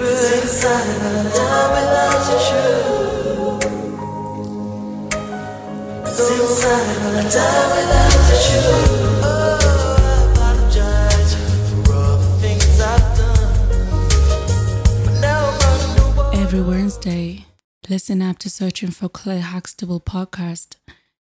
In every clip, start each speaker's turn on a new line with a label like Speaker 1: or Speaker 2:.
Speaker 1: inside and I realize it's true. It's inside and I realize it's true. Oh, I apologize for all the things I've done. But now I'm running away.
Speaker 2: Every Wednesday, listen after searching for Claire Huxtable podcast,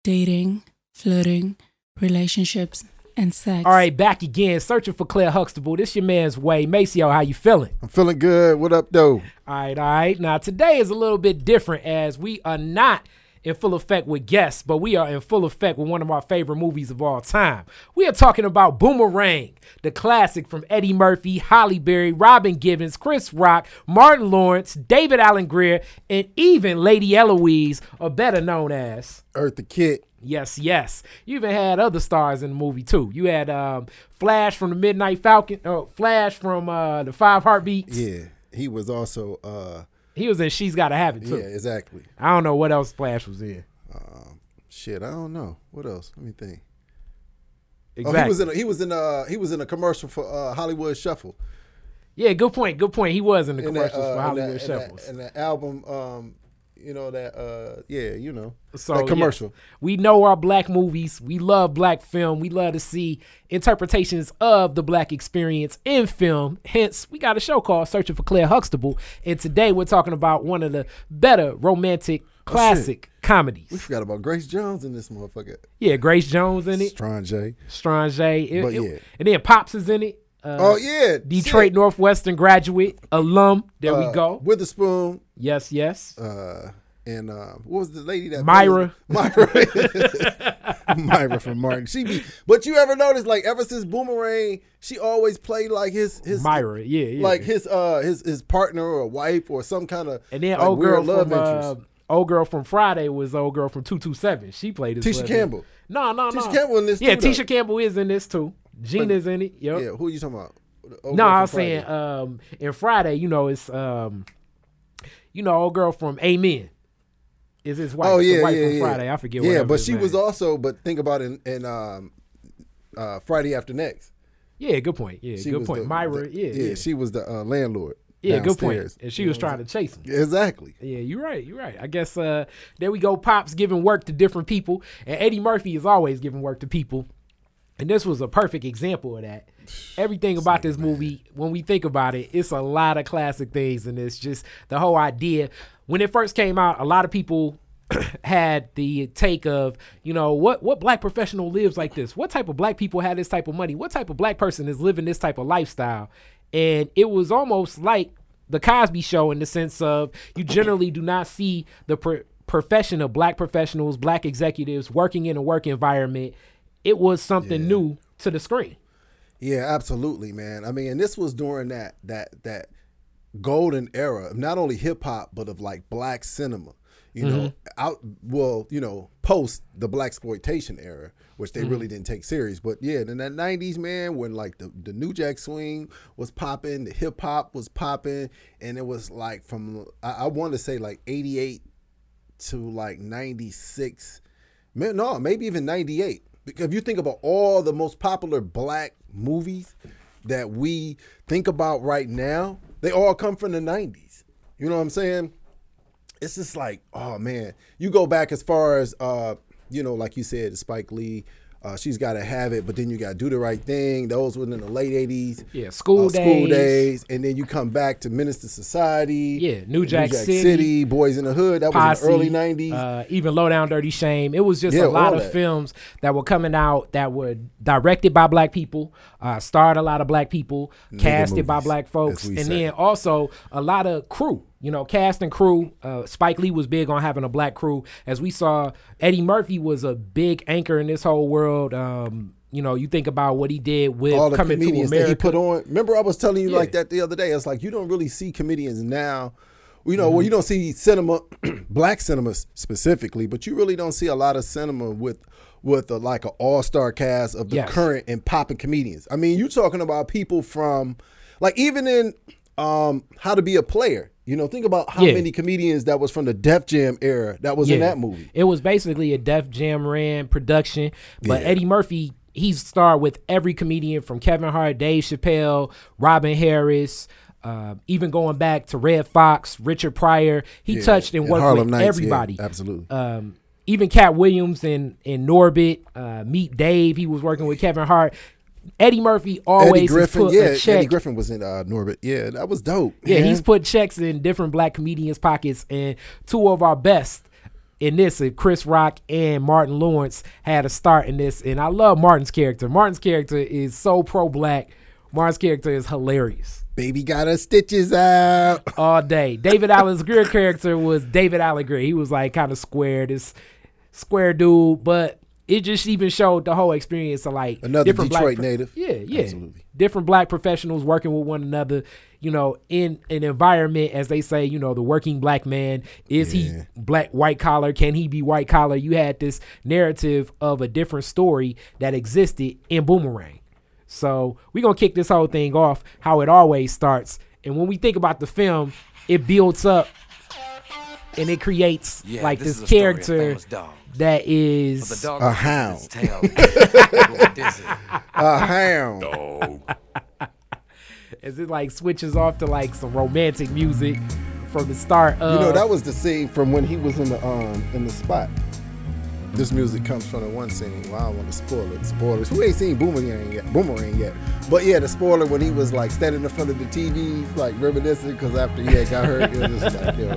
Speaker 2: dating, flirting, relationships, and sex.
Speaker 3: All right, back again, searching for Claire Huxtable. This your man's Way Maceo. How you feeling?
Speaker 4: I'm feeling good. What up, though?
Speaker 3: All right, all right. Now today is a little bit different as we are not in full effect with guests, but we are in full effect with one of our favorite movies of all time. We are talking about Boomerang, the classic from Eddie Murphy, Holly Berry, Robin Givens, Chris Rock, Martin Lawrence, David Allen Greer, and even Lady Eloise, or better known as
Speaker 4: Earth the Kit.
Speaker 3: Yes, yes. You even had other stars in the movie too. You had um, Flash from the Midnight Falcon, uh, Flash from uh, the Five Heartbeats.
Speaker 4: Yeah, he was also. uh
Speaker 3: He was in She's Gotta Have It
Speaker 4: Yeah, Oh,
Speaker 3: too.
Speaker 4: exactly.
Speaker 3: I don't know what else Flash was in.
Speaker 4: Shit, I don't know. What else? Let me think. Oh,
Speaker 3: Exactly.
Speaker 4: he was in. A, he was in. A, he was in a commercial for uh, Hollywood Shuffle.
Speaker 3: yeah, good point. Good point. He was in the
Speaker 4: In that,
Speaker 3: commercials
Speaker 4: uh,
Speaker 3: for
Speaker 4: in
Speaker 3: Hollywood
Speaker 4: that- in that-
Speaker 3: Shuffles.
Speaker 4: In that album, um, you know that. uh Yeah, you know.
Speaker 3: so
Speaker 4: that
Speaker 3: yeah,
Speaker 4: commercial.
Speaker 3: we know our black movies. We love black film. We love to see interpretations of the black experience in film. Hence, we got a show called Searching for Claire Huxtable. And today we're talking about one of the better
Speaker 4: Oh,
Speaker 3: romantic classic
Speaker 4: We
Speaker 3: comedies.
Speaker 4: forgot about Grace Jones in this motherfucker.
Speaker 3: Yeah, Grace Jones in it,
Speaker 4: Strong J.
Speaker 3: Strange, it,
Speaker 4: But
Speaker 3: it-
Speaker 4: yeah.
Speaker 3: and then Pops is in it. Uh,
Speaker 4: oh yeah,
Speaker 3: Detroit
Speaker 4: shit.
Speaker 3: Northwestern graduate alum. There we
Speaker 4: Uh,
Speaker 3: go.
Speaker 4: Witherspoon.
Speaker 3: Yes, yes.
Speaker 4: uh, and uh, what was the lady that
Speaker 3: Myra.
Speaker 4: Myra, Myra from Martin. She be, but you ever notice like ever since Boomerang, she always played like his his
Speaker 3: Myra, yeah, yeah.
Speaker 4: like his uh his his partner or wife or some kind of
Speaker 3: and then
Speaker 4: like,
Speaker 3: old
Speaker 4: weird
Speaker 3: girl from uh,
Speaker 4: interest.
Speaker 3: old girl from Friday was old girl from two two seven. She played as
Speaker 4: Tisha
Speaker 3: Leslie.
Speaker 4: Campbell.
Speaker 3: No, no, no.
Speaker 4: Tisha Campbell in this
Speaker 3: Yeah,
Speaker 4: too, though.
Speaker 3: Tisha Campbell is in this too. Gina's in it. Yep.
Speaker 4: Yeah, who you talking about? The old
Speaker 3: uh, no,
Speaker 4: girl
Speaker 3: I
Speaker 4: from
Speaker 3: was saying
Speaker 4: Friday.
Speaker 3: um, in Friday, you know, it's um, you know, old girl from Amen. Is his wife?
Speaker 4: oh
Speaker 3: the
Speaker 4: yeah,
Speaker 3: wife
Speaker 4: yeah,
Speaker 3: from
Speaker 4: yeah.
Speaker 3: Friday. I forget.
Speaker 4: Yeah,
Speaker 3: whatever
Speaker 4: but
Speaker 3: his
Speaker 4: she
Speaker 3: name
Speaker 4: was
Speaker 3: is.
Speaker 4: also. But think about it in, in um, uh, Friday After Next.
Speaker 3: Yeah, good point. Yeah,
Speaker 4: She
Speaker 3: good
Speaker 4: was
Speaker 3: point.
Speaker 4: the-
Speaker 3: Myra.
Speaker 4: the-
Speaker 3: yeah, yeah,
Speaker 4: she was the uh, landlord.
Speaker 3: yeah, good point.
Speaker 4: downstairs.
Speaker 3: And she was trying to chase him.
Speaker 4: Exactly.
Speaker 3: Yeah, you're right. You're right. I guess uh, there we go. Pops giving work to different people, and Eddie Murphy is always giving work to people, and this was a perfect example of that. Everything about this movie, when we think about it, it's a lot of classic things, and it's just the whole idea. When it first came out, a lot of people had the take of, you know, what what black professional lives like this? What type of black people had this type of money? What type of black person is living this type of lifestyle? And it was almost like the Cosby Show in the sense of you generally do not see the pro- profession of black professionals, black executives working in a work environment. It was something new to the screen.
Speaker 4: Yeah, absolutely, man. I mean, and this was during that that that golden era of not only hip hop but of like black cinema. You know, out well, you know, post the black exploitation era, which they really didn't take serious. But yeah, in that '90s, man, when like the the New Jack Swing was popping, the hip hop was popping, and it was like from I, I want to say like '88 to like 96 Ma- no maybe even 98 because if you think about all the most popular black movies that we think about right now they all come from the 90s you know what i'm saying it's just like oh man you go back as far as uh you know like you said spike lee uh, she's got to have it, but then you got to do the right thing. Those were in the late '80s.
Speaker 3: Yeah, School
Speaker 4: School
Speaker 3: Days.
Speaker 4: days, and then you come back to Minister Society.
Speaker 3: Yeah, New Jack City.
Speaker 4: City, Boys in the Hood. That was in the early
Speaker 3: Posse,
Speaker 4: '90s.
Speaker 3: Uh, even Low Down Dirty Shame. It was just a
Speaker 4: Yeah,
Speaker 3: lot
Speaker 4: all
Speaker 3: of
Speaker 4: that.
Speaker 3: films that were coming out that were directed by black people, uh, starred a lot of black people, casted by
Speaker 4: movies,
Speaker 3: black folks,
Speaker 4: as we
Speaker 3: and
Speaker 4: say.
Speaker 3: then also a lot of crew. You know, cast and crew. Uh, Spike Lee was big on having a black crew. As we saw, Eddie Murphy was a big anchor in this whole world. Um, you know, you think about what he did with
Speaker 4: all the
Speaker 3: coming to
Speaker 4: comedians
Speaker 3: America.
Speaker 4: that he put on. Remember, I was telling you like
Speaker 3: Yeah.
Speaker 4: that the other day. It's like you don't really see comedians now. You know,
Speaker 3: Mm-hmm.
Speaker 4: well, you don't see cinema, black cinema s- specifically, but you really don't see a lot of cinema with with a, like an all star cast of the
Speaker 3: Yes.
Speaker 4: current and popping comedians. I mean, you talking about people from like even in um How to Be a Player. You know, think about how
Speaker 3: Yeah.
Speaker 4: many comedians that was from the Def Jam era that was in that movie.
Speaker 3: It was basically a Def Jam ran production, but Eddie Murphy he's starred with every comedian from Kevin Hart, Dave Chappelle, Robin Harris, uh, even going back to Red Fox, Richard Pryor, he
Speaker 4: Yeah,
Speaker 3: touched and
Speaker 4: and
Speaker 3: worked
Speaker 4: Harlem
Speaker 3: with
Speaker 4: Nights, yeah,
Speaker 3: everybody.
Speaker 4: absolutely.
Speaker 3: Um, even Cat Williams and and Norbit, uh, Meet Dave, he was working with Kevin Hart. Eddie Murphy always
Speaker 4: Eddie
Speaker 3: has
Speaker 4: Griffin,
Speaker 3: put
Speaker 4: yeah,
Speaker 3: a check.
Speaker 4: Eddie Griffin was in uh, Norbit. Yeah, that was dope.
Speaker 3: yeah,
Speaker 4: man.
Speaker 3: he's put checks in different black comedians' pockets, and two of our best in this, uh, Chris Rock and Martin Lawrence, had a start in this. And I love Martin's character. Martin's character is so pro black. Martin's character is hilarious
Speaker 4: baby got her stitches out.
Speaker 3: all day. David Allen's Greer character was David Allen Greer. He was like kind of square, this square dude, but it just even showed the whole experience of like
Speaker 4: Another
Speaker 3: different black
Speaker 4: Detroit
Speaker 3: pro-
Speaker 4: native.
Speaker 3: Yeah, yeah.
Speaker 4: Absolutely.
Speaker 3: Different black professionals working with one another, you know, in an environment as they say, you know, the working black man is
Speaker 4: Yeah.
Speaker 3: he black white collar? Can he be white collar? You had this narrative of a different story that existed in Boomerang. So we're gonna kick this whole thing off how it always starts. And when we think about the film, it builds up and it creates
Speaker 5: Yeah,
Speaker 3: like
Speaker 5: this
Speaker 3: this,
Speaker 5: is a story of
Speaker 3: character
Speaker 5: famous dogs.
Speaker 3: that
Speaker 5: The
Speaker 3: is
Speaker 5: dog
Speaker 4: A
Speaker 5: was
Speaker 4: hound.
Speaker 5: its tail. What this is.
Speaker 4: A hound.
Speaker 3: as it like switches off to like some romantic music from the start of
Speaker 4: You know, that was the scene from when he was in the um in the spot. This music comes from the one scene. Well, I don't want to spoil it. Spoilers. Who ain't seen Boomerang yet? Boomerang yet? But yeah, the spoiler when he was like standing in front of the TV, like reminiscing, because after he had got hurt, it was just like, yo.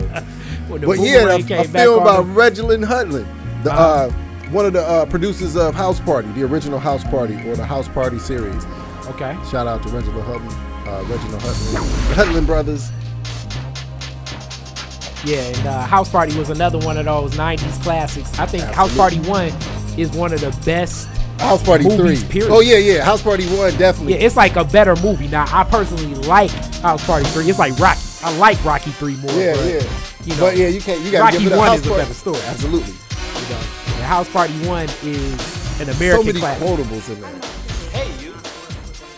Speaker 3: when the
Speaker 4: But yeah,
Speaker 3: boomerang
Speaker 4: the, a
Speaker 3: came back
Speaker 4: film
Speaker 3: on Uh-huh.
Speaker 4: by
Speaker 3: him.
Speaker 4: Reginald Hudlin, the uh, one of the uh, producers of House Party, the original House Party or the House Party series.
Speaker 3: Okay.
Speaker 4: Shout out to Reginald Hudlin, uh, Reginald Hudlin, Hudlin brothers.
Speaker 3: Yeah, and uh, House Party was another one of those 90s classics. I think House Party 1 is one of the best.
Speaker 4: House Party
Speaker 3: movies,
Speaker 4: Three.
Speaker 3: Period.
Speaker 4: Oh yeah, yeah. House Party One definitely.
Speaker 3: Yeah, it's like a better movie. Now, I personally like House Party 3. It's like Rocky. I like Rocky 3 more.
Speaker 4: yeah,
Speaker 3: but,
Speaker 4: yeah.
Speaker 3: You know,
Speaker 4: but yeah, you can't. You gotta
Speaker 3: Rocky
Speaker 4: give it a
Speaker 3: One
Speaker 4: House
Speaker 3: is a
Speaker 4: Party.
Speaker 3: better story.
Speaker 4: Absolutely.
Speaker 3: you know, the House Party 1 is an
Speaker 4: so
Speaker 3: American
Speaker 4: many
Speaker 3: classic.
Speaker 4: quotables in there.
Speaker 5: Hey, you.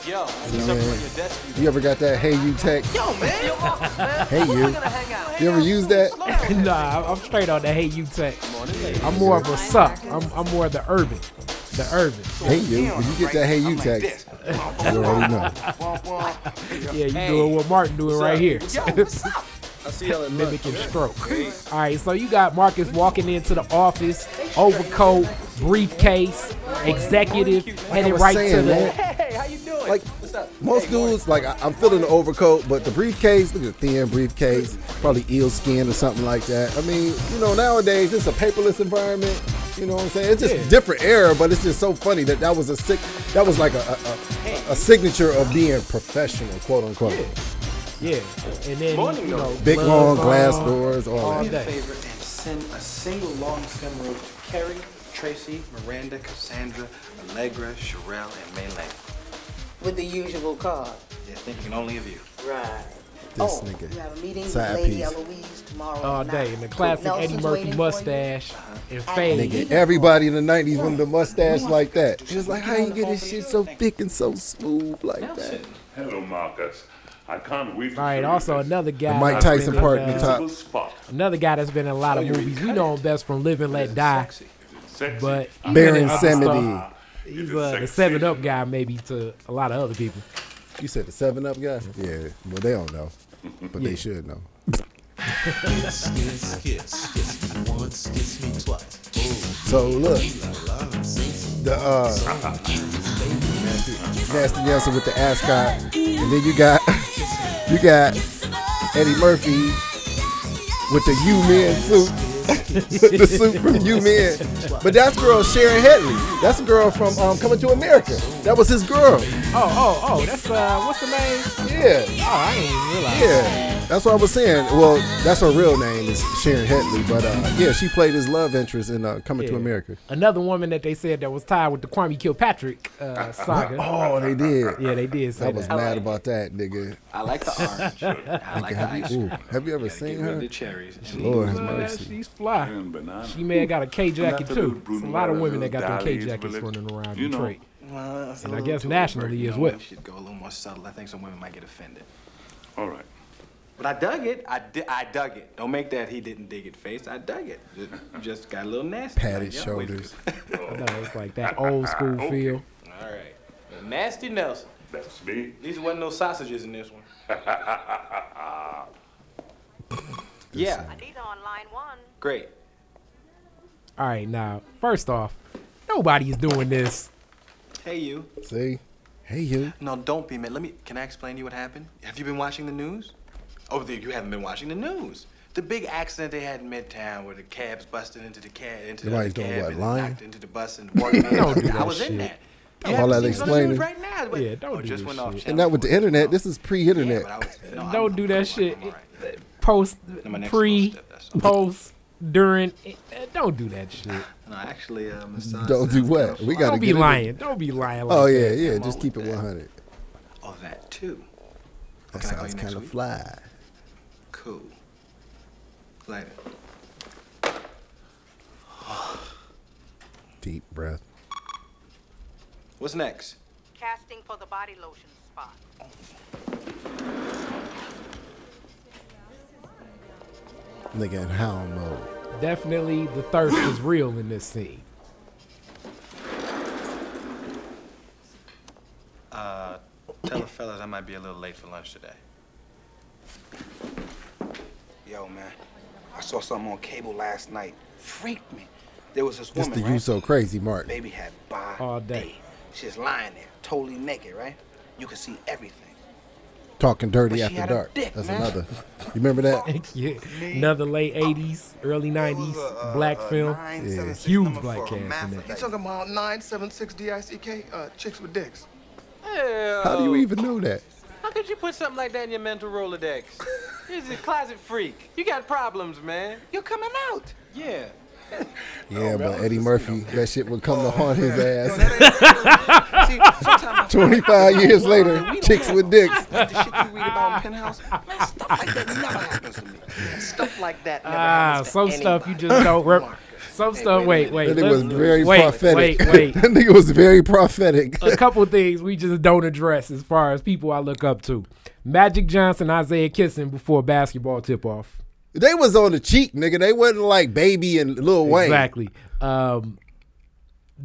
Speaker 5: Yo, I just
Speaker 4: Man.
Speaker 5: jumped on your desk. You.
Speaker 4: You ever got that? Hey, you tech.
Speaker 5: Yo, man. Yo, office, man.
Speaker 4: Hey,
Speaker 5: We're
Speaker 4: you.
Speaker 5: gonna hang out.
Speaker 4: You ever use that?
Speaker 3: nah, I'm- I'm straight on the Hey You Tech. I'm more of a suck. I'm, I'm more of the urban. The urban.
Speaker 4: Hey, you. When you get that Hey, you text, you already know.
Speaker 3: Yeah, you doing what Martin doing right here.
Speaker 5: what's up?
Speaker 4: I see y'all in
Speaker 3: mimicking stroke. All right, so you got Marcus walking into the office, overcoat, briefcase, executive,
Speaker 4: I
Speaker 3: headed
Speaker 4: was
Speaker 3: right to
Speaker 4: saying,
Speaker 3: the.
Speaker 4: man,
Speaker 5: Hey, how you doing?
Speaker 4: like most dudes, like I, I'm feeling the overcoat, but the briefcase, look at the thin briefcase, probably eel skinned or something like that. I mean, you know, nowadays it's a paperless environment. You know what I'm saying? It's just
Speaker 3: Yeah.
Speaker 4: different era, but it's just so funny that that was a sick, that was like a a, a, a signature of being professional, quote unquote.
Speaker 3: Yeah, and then you know,
Speaker 4: Big
Speaker 3: gloves on,
Speaker 4: long glass doors, all
Speaker 3: all
Speaker 4: that.
Speaker 3: that.
Speaker 6: favor and send a single long stem rope to Carrie, Tracy, Miranda, Cassandra, Allegra, Sherelle, and Maylay.
Speaker 7: with the usual card.
Speaker 6: They're thinking only of you.
Speaker 7: Right.
Speaker 4: This
Speaker 7: oh,
Speaker 4: nigga.
Speaker 7: You have a meeting with
Speaker 4: Side
Speaker 7: Lady
Speaker 4: piece.
Speaker 7: Eloise tomorrow.
Speaker 3: All
Speaker 7: night.
Speaker 3: day, and the classic
Speaker 7: Nelson's
Speaker 3: Eddie Murphy
Speaker 7: waiting for you.
Speaker 3: mustache and
Speaker 4: Nigga,
Speaker 3: fade.
Speaker 4: everybody in the 90s wanted a mustache like that. It's like, how you get this shit so thick and so smooth like that?
Speaker 8: Hello, Marcus. I can't wait to
Speaker 3: All right,
Speaker 8: show
Speaker 3: also
Speaker 8: you this
Speaker 3: another guy.
Speaker 4: Mike
Speaker 3: that's
Speaker 4: Tyson
Speaker 3: been in,
Speaker 4: part in the
Speaker 3: uh,
Speaker 4: top.
Speaker 8: visible spot.
Speaker 3: Another guy that's been in a lot of movies. We know him best from Live and Let Die,
Speaker 6: Sexy.
Speaker 8: Sexy.
Speaker 3: but
Speaker 4: Baron
Speaker 3: Other stuff.
Speaker 4: Samedi.
Speaker 3: he's uh, the Seven Up guy, maybe to a lot of other people.
Speaker 4: You said the seven up guy? Yeah. Well they don't know. But they should know. So look. The uh Nasty, Nasty Nelson with the ascot. And then you got you got Eddie Murphy with the U Men suit. the suit from U Men. But that's girl Sharon Headley. That's the girl from um, Coming to America. That was his girl.
Speaker 3: Oh, oh, oh, that's uh, what's the name?
Speaker 4: Yeah.
Speaker 3: Oh, I didn't even realize.
Speaker 4: Yeah, that's what I was saying. Well, that's her real name is Sharon Headley, but uh, yeah, she played his love interest in uh, Coming to
Speaker 3: Yeah.
Speaker 4: America.
Speaker 3: Another woman that they said that was tied with the Kwame Kilpatrick uh, saga.
Speaker 4: Oh, they did.
Speaker 3: Yeah, they did
Speaker 4: I
Speaker 3: say
Speaker 4: was
Speaker 3: that.
Speaker 4: mad about that, nigga.
Speaker 6: I like the orange. I like the
Speaker 4: Have
Speaker 6: ice
Speaker 4: you,
Speaker 6: cream.
Speaker 4: ooh, have you ever
Speaker 6: Gotta
Speaker 4: seen
Speaker 6: get rid of
Speaker 4: her?
Speaker 6: the cherries. and
Speaker 4: Lord have
Speaker 6: leave
Speaker 3: Uh,
Speaker 4: mercy.
Speaker 3: she's fly.
Speaker 8: And banana.
Speaker 3: She may have got a K jacket
Speaker 8: Not the
Speaker 3: too.
Speaker 8: little
Speaker 3: It's a lot of
Speaker 8: Brunello
Speaker 3: women that got them K
Speaker 8: Dali's
Speaker 3: jackets
Speaker 8: bullet.
Speaker 3: running around
Speaker 8: You know.
Speaker 3: Detroit.
Speaker 6: the-
Speaker 9: Uh,
Speaker 6: Well, that's a
Speaker 3: And I
Speaker 4: uh,
Speaker 6: little
Speaker 3: guess
Speaker 6: too overt,
Speaker 3: nationally
Speaker 6: you
Speaker 3: as
Speaker 6: know,
Speaker 3: well.
Speaker 6: We should go a little more subtle. I think some women might get offended.
Speaker 8: All right.
Speaker 6: But I dug it. I, di- I dug it. Don't make that he didn't dig it face. I dug it. Just, just got a little nasty.
Speaker 4: Padded
Speaker 6: Like, yo, wait a-
Speaker 4: shoulders.
Speaker 3: I know it's like that old school feel.
Speaker 6: All right. Nasty Nelson.
Speaker 8: That's me.
Speaker 6: These wasn't no sausages in this one. Yeah,
Speaker 10: He's on line one.
Speaker 6: great.
Speaker 3: All right, now, first off, nobody is doing this.
Speaker 6: Hey, you.
Speaker 4: See? Hey, you.
Speaker 6: No, don't be mad. Let me. Can I explain to you what happened? Have you been watching the news? Oh, the- you haven't been watching the news. The big accident they had in Midtown, where the cabs busted into the cab, into
Speaker 4: Nobody's
Speaker 6: the
Speaker 4: doing
Speaker 6: cab,
Speaker 4: what,
Speaker 6: and
Speaker 4: lying?
Speaker 6: knocked into the bus, and walked in.
Speaker 3: Don't do
Speaker 6: I
Speaker 3: that
Speaker 6: was in
Speaker 3: shit.
Speaker 6: that.
Speaker 4: All
Speaker 6: You haven't
Speaker 4: that
Speaker 6: seen this on the news
Speaker 4: explaining.
Speaker 6: Right now, but-
Speaker 3: Yeah, don't
Speaker 6: oh,
Speaker 3: do
Speaker 6: just
Speaker 3: this
Speaker 6: went
Speaker 3: shit.
Speaker 6: off
Speaker 4: And not with the internet. This is
Speaker 6: Yeah,
Speaker 4: pre-internet.
Speaker 6: but I was, no, I'm-
Speaker 3: Don't
Speaker 6: I'm-
Speaker 3: do
Speaker 6: I'm-
Speaker 3: that shit.
Speaker 6: I'm all right.
Speaker 3: Post,
Speaker 6: No, my next little
Speaker 3: pre,
Speaker 6: step, that's all.
Speaker 3: post, during. eh, Don't do that shit.
Speaker 6: No, actually, uh, massage
Speaker 4: Don't do
Speaker 6: sounds
Speaker 4: what?
Speaker 6: kinda
Speaker 4: We
Speaker 6: fly.
Speaker 4: gotta
Speaker 3: Don't be
Speaker 4: get it in.
Speaker 3: lying. Don't be lying. Like
Speaker 4: Oh
Speaker 3: that.
Speaker 4: yeah, yeah. Just keep it 100.
Speaker 6: Oh, that too.
Speaker 4: That
Speaker 6: Can I call you
Speaker 4: sounds
Speaker 6: next
Speaker 4: kind of
Speaker 6: week?
Speaker 4: fly.
Speaker 6: Cool. Later.
Speaker 4: Deep breath.
Speaker 6: What's next?
Speaker 10: Casting for the body lotion spot.
Speaker 4: Nigga in hound mode.
Speaker 3: Definitely the thirst is real in this scene.
Speaker 6: Tell the fellas I might be a little late for lunch today.
Speaker 9: Yo, man, I saw something on cable last night. Freaked me. There was this
Speaker 4: Just
Speaker 9: woman,
Speaker 4: the
Speaker 9: right?
Speaker 4: you so crazy, Martin.
Speaker 9: Baby had by
Speaker 3: All day.
Speaker 9: She's lying there, totally naked, right? You could see everything.
Speaker 4: Talking dirty
Speaker 9: But she
Speaker 4: after
Speaker 9: had a
Speaker 4: dark.
Speaker 9: dick,
Speaker 4: That's
Speaker 9: man.
Speaker 4: another. You remember that?
Speaker 3: yeah. Another late 80s, early 90s
Speaker 6: uh,
Speaker 3: black film. Huge black cast in that.
Speaker 9: You
Speaker 5: talking about 976 DICK? Uh, chicks with dicks.
Speaker 4: How do you even know that?
Speaker 5: How could you put something like that in your mental Rolodex? You're a closet freak. You got problems, man.
Speaker 9: You're coming out.
Speaker 5: Yeah.
Speaker 3: Oh,
Speaker 4: Yeah, but Eddie Murphy, that shit would come to haunt his ass.
Speaker 9: See, sometimes
Speaker 4: 25 years later, chicks with dicks.
Speaker 9: I, the shit you read about in Penthouse, man, stuff like that never happens to me. Stuff like that never
Speaker 3: Ah,
Speaker 9: happens to
Speaker 3: some stuff you
Speaker 9: anybody.
Speaker 3: just don't. Rep-
Speaker 9: Marcus.
Speaker 3: some
Speaker 9: Hey,
Speaker 3: stuff. Wait,
Speaker 9: wait a
Speaker 3: wait.
Speaker 4: That nigga
Speaker 3: let's-
Speaker 4: was very
Speaker 3: wait,
Speaker 4: prophetic.
Speaker 3: Wait, Uh, wait.
Speaker 4: That nigga was very prophetic.
Speaker 3: a couple of things we just don't address as far as people I look up to. Magic Johnson, Isaiah Kissing before basketball tip off.
Speaker 4: They was on the cheek, nigga. They wasn't like Baby and Lil Wayne.
Speaker 3: Exactly. Um,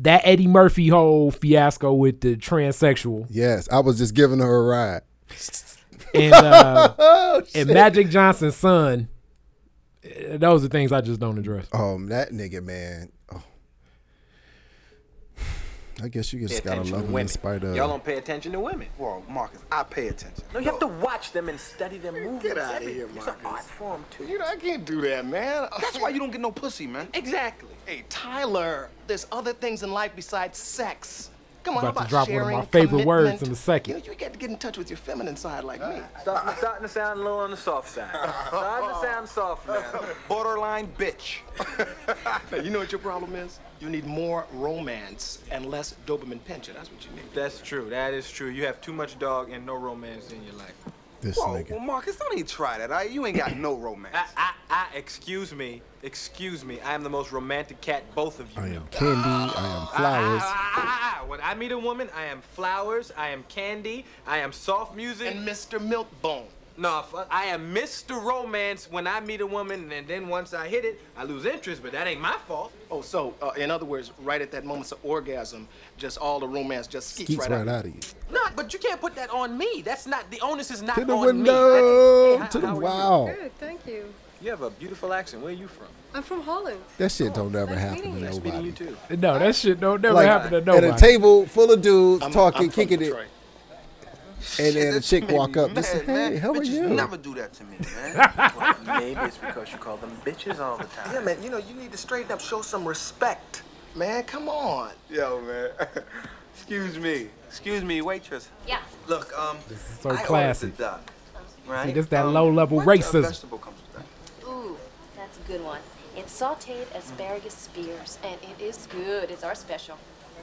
Speaker 3: that Eddie Murphy whole fiasco with the transsexual
Speaker 4: Yes, I was just giving her a ride.
Speaker 3: and uh, and Magic Johnson's son. eh, Those are things I just don't address.
Speaker 4: Um, that nigga, man. Oh. I guess you just gotta
Speaker 6: attention
Speaker 4: love
Speaker 6: to
Speaker 4: him in
Speaker 6: women.
Speaker 4: spite of.
Speaker 6: Y'all don't pay attention to women.
Speaker 9: Whoa, Marcus, I pay attention.
Speaker 5: No, you have to watch them and study their movements.
Speaker 9: Get out of
Speaker 5: Every-
Speaker 9: here,
Speaker 5: It's an art
Speaker 9: Marcus.
Speaker 5: form, too.
Speaker 9: You know, I can't do that, man.
Speaker 6: That's why you don't get no pussy, man.
Speaker 9: Exactly. Hey, Tyler, there's other things in life besides sex. Come on,
Speaker 3: About
Speaker 9: how
Speaker 3: to
Speaker 9: about
Speaker 3: drop one of
Speaker 9: sharing,
Speaker 3: my favorite words
Speaker 9: commitment?
Speaker 3: in a second.
Speaker 9: You, know, you got to get in touch with your feminine side like me.
Speaker 5: Stop, it's starting to sound a little on the soft side. starting to sound soft now.
Speaker 6: Borderline bitch.
Speaker 9: Now, you know what your problem is? You need more romance and less dopamine pincher. That's what you need.
Speaker 6: That's true. That is true. You have too much dog and no romance in your life.
Speaker 4: This
Speaker 9: Whoa, Oh, well,
Speaker 4: nigga.
Speaker 9: Marcus, don't even try that. All right? You ain't got no romance.
Speaker 6: I, I, I, excuse me. Excuse me. I am the most romantic cat both of you
Speaker 4: I
Speaker 6: know.
Speaker 4: am candy. I
Speaker 6: Ah,
Speaker 4: am flowers.
Speaker 6: I, I, I, I, ah, when I meet a woman, I am flowers, I am candy, I am soft music.
Speaker 9: and Mr. Milkbone.
Speaker 6: No, fu- I am Mr. Romance when I meet a woman, and then once I hit it, I lose interest, but that ain't my fault.
Speaker 9: Oh, so uh, in other words, right at that moment of orgasm, just all the romance just skeets
Speaker 4: Geeks
Speaker 9: right,
Speaker 4: right
Speaker 9: out.
Speaker 4: out of you.
Speaker 6: No, but you can't put that on me. That's not the onus is not
Speaker 4: To the
Speaker 6: on me.
Speaker 4: window.
Speaker 6: That's-
Speaker 4: To
Speaker 6: Hey,
Speaker 4: the
Speaker 6: how- how are
Speaker 4: wow.
Speaker 6: you?
Speaker 10: Good, thank you.
Speaker 6: You have a beautiful accent. Where are you from?
Speaker 10: I'm from Holland.
Speaker 4: That shit don't ever
Speaker 10: nice
Speaker 4: happen to
Speaker 10: meeting you.
Speaker 6: Nice meeting you
Speaker 4: nobody.
Speaker 6: too.
Speaker 3: No, that shit don't never
Speaker 4: Like
Speaker 3: happen to
Speaker 4: at
Speaker 3: nobody.
Speaker 4: a table full of dudes
Speaker 9: I'm-
Speaker 4: talking,
Speaker 9: I'm from
Speaker 4: kicking it,
Speaker 9: Detroit.
Speaker 4: and then a chick walk up and say,
Speaker 9: Mad,
Speaker 4: "Hey, how are
Speaker 9: Bitches
Speaker 4: you?"
Speaker 9: never do that to me, man.
Speaker 5: Maybe it's because you call them bitches all the time.
Speaker 9: yeah, man, you know, you need to straighten up, show some respect. Man, come on.
Speaker 6: Yo, man. Excuse me. Excuse me, waitress.
Speaker 10: Yeah.
Speaker 6: Look, um,
Speaker 3: so classy.
Speaker 6: duck. Um, Right?
Speaker 3: See, this that low-level racism.
Speaker 6: comes with that?
Speaker 11: Ooh, that's a good one. It's sauteed asparagus spears, and it is good. It's our special.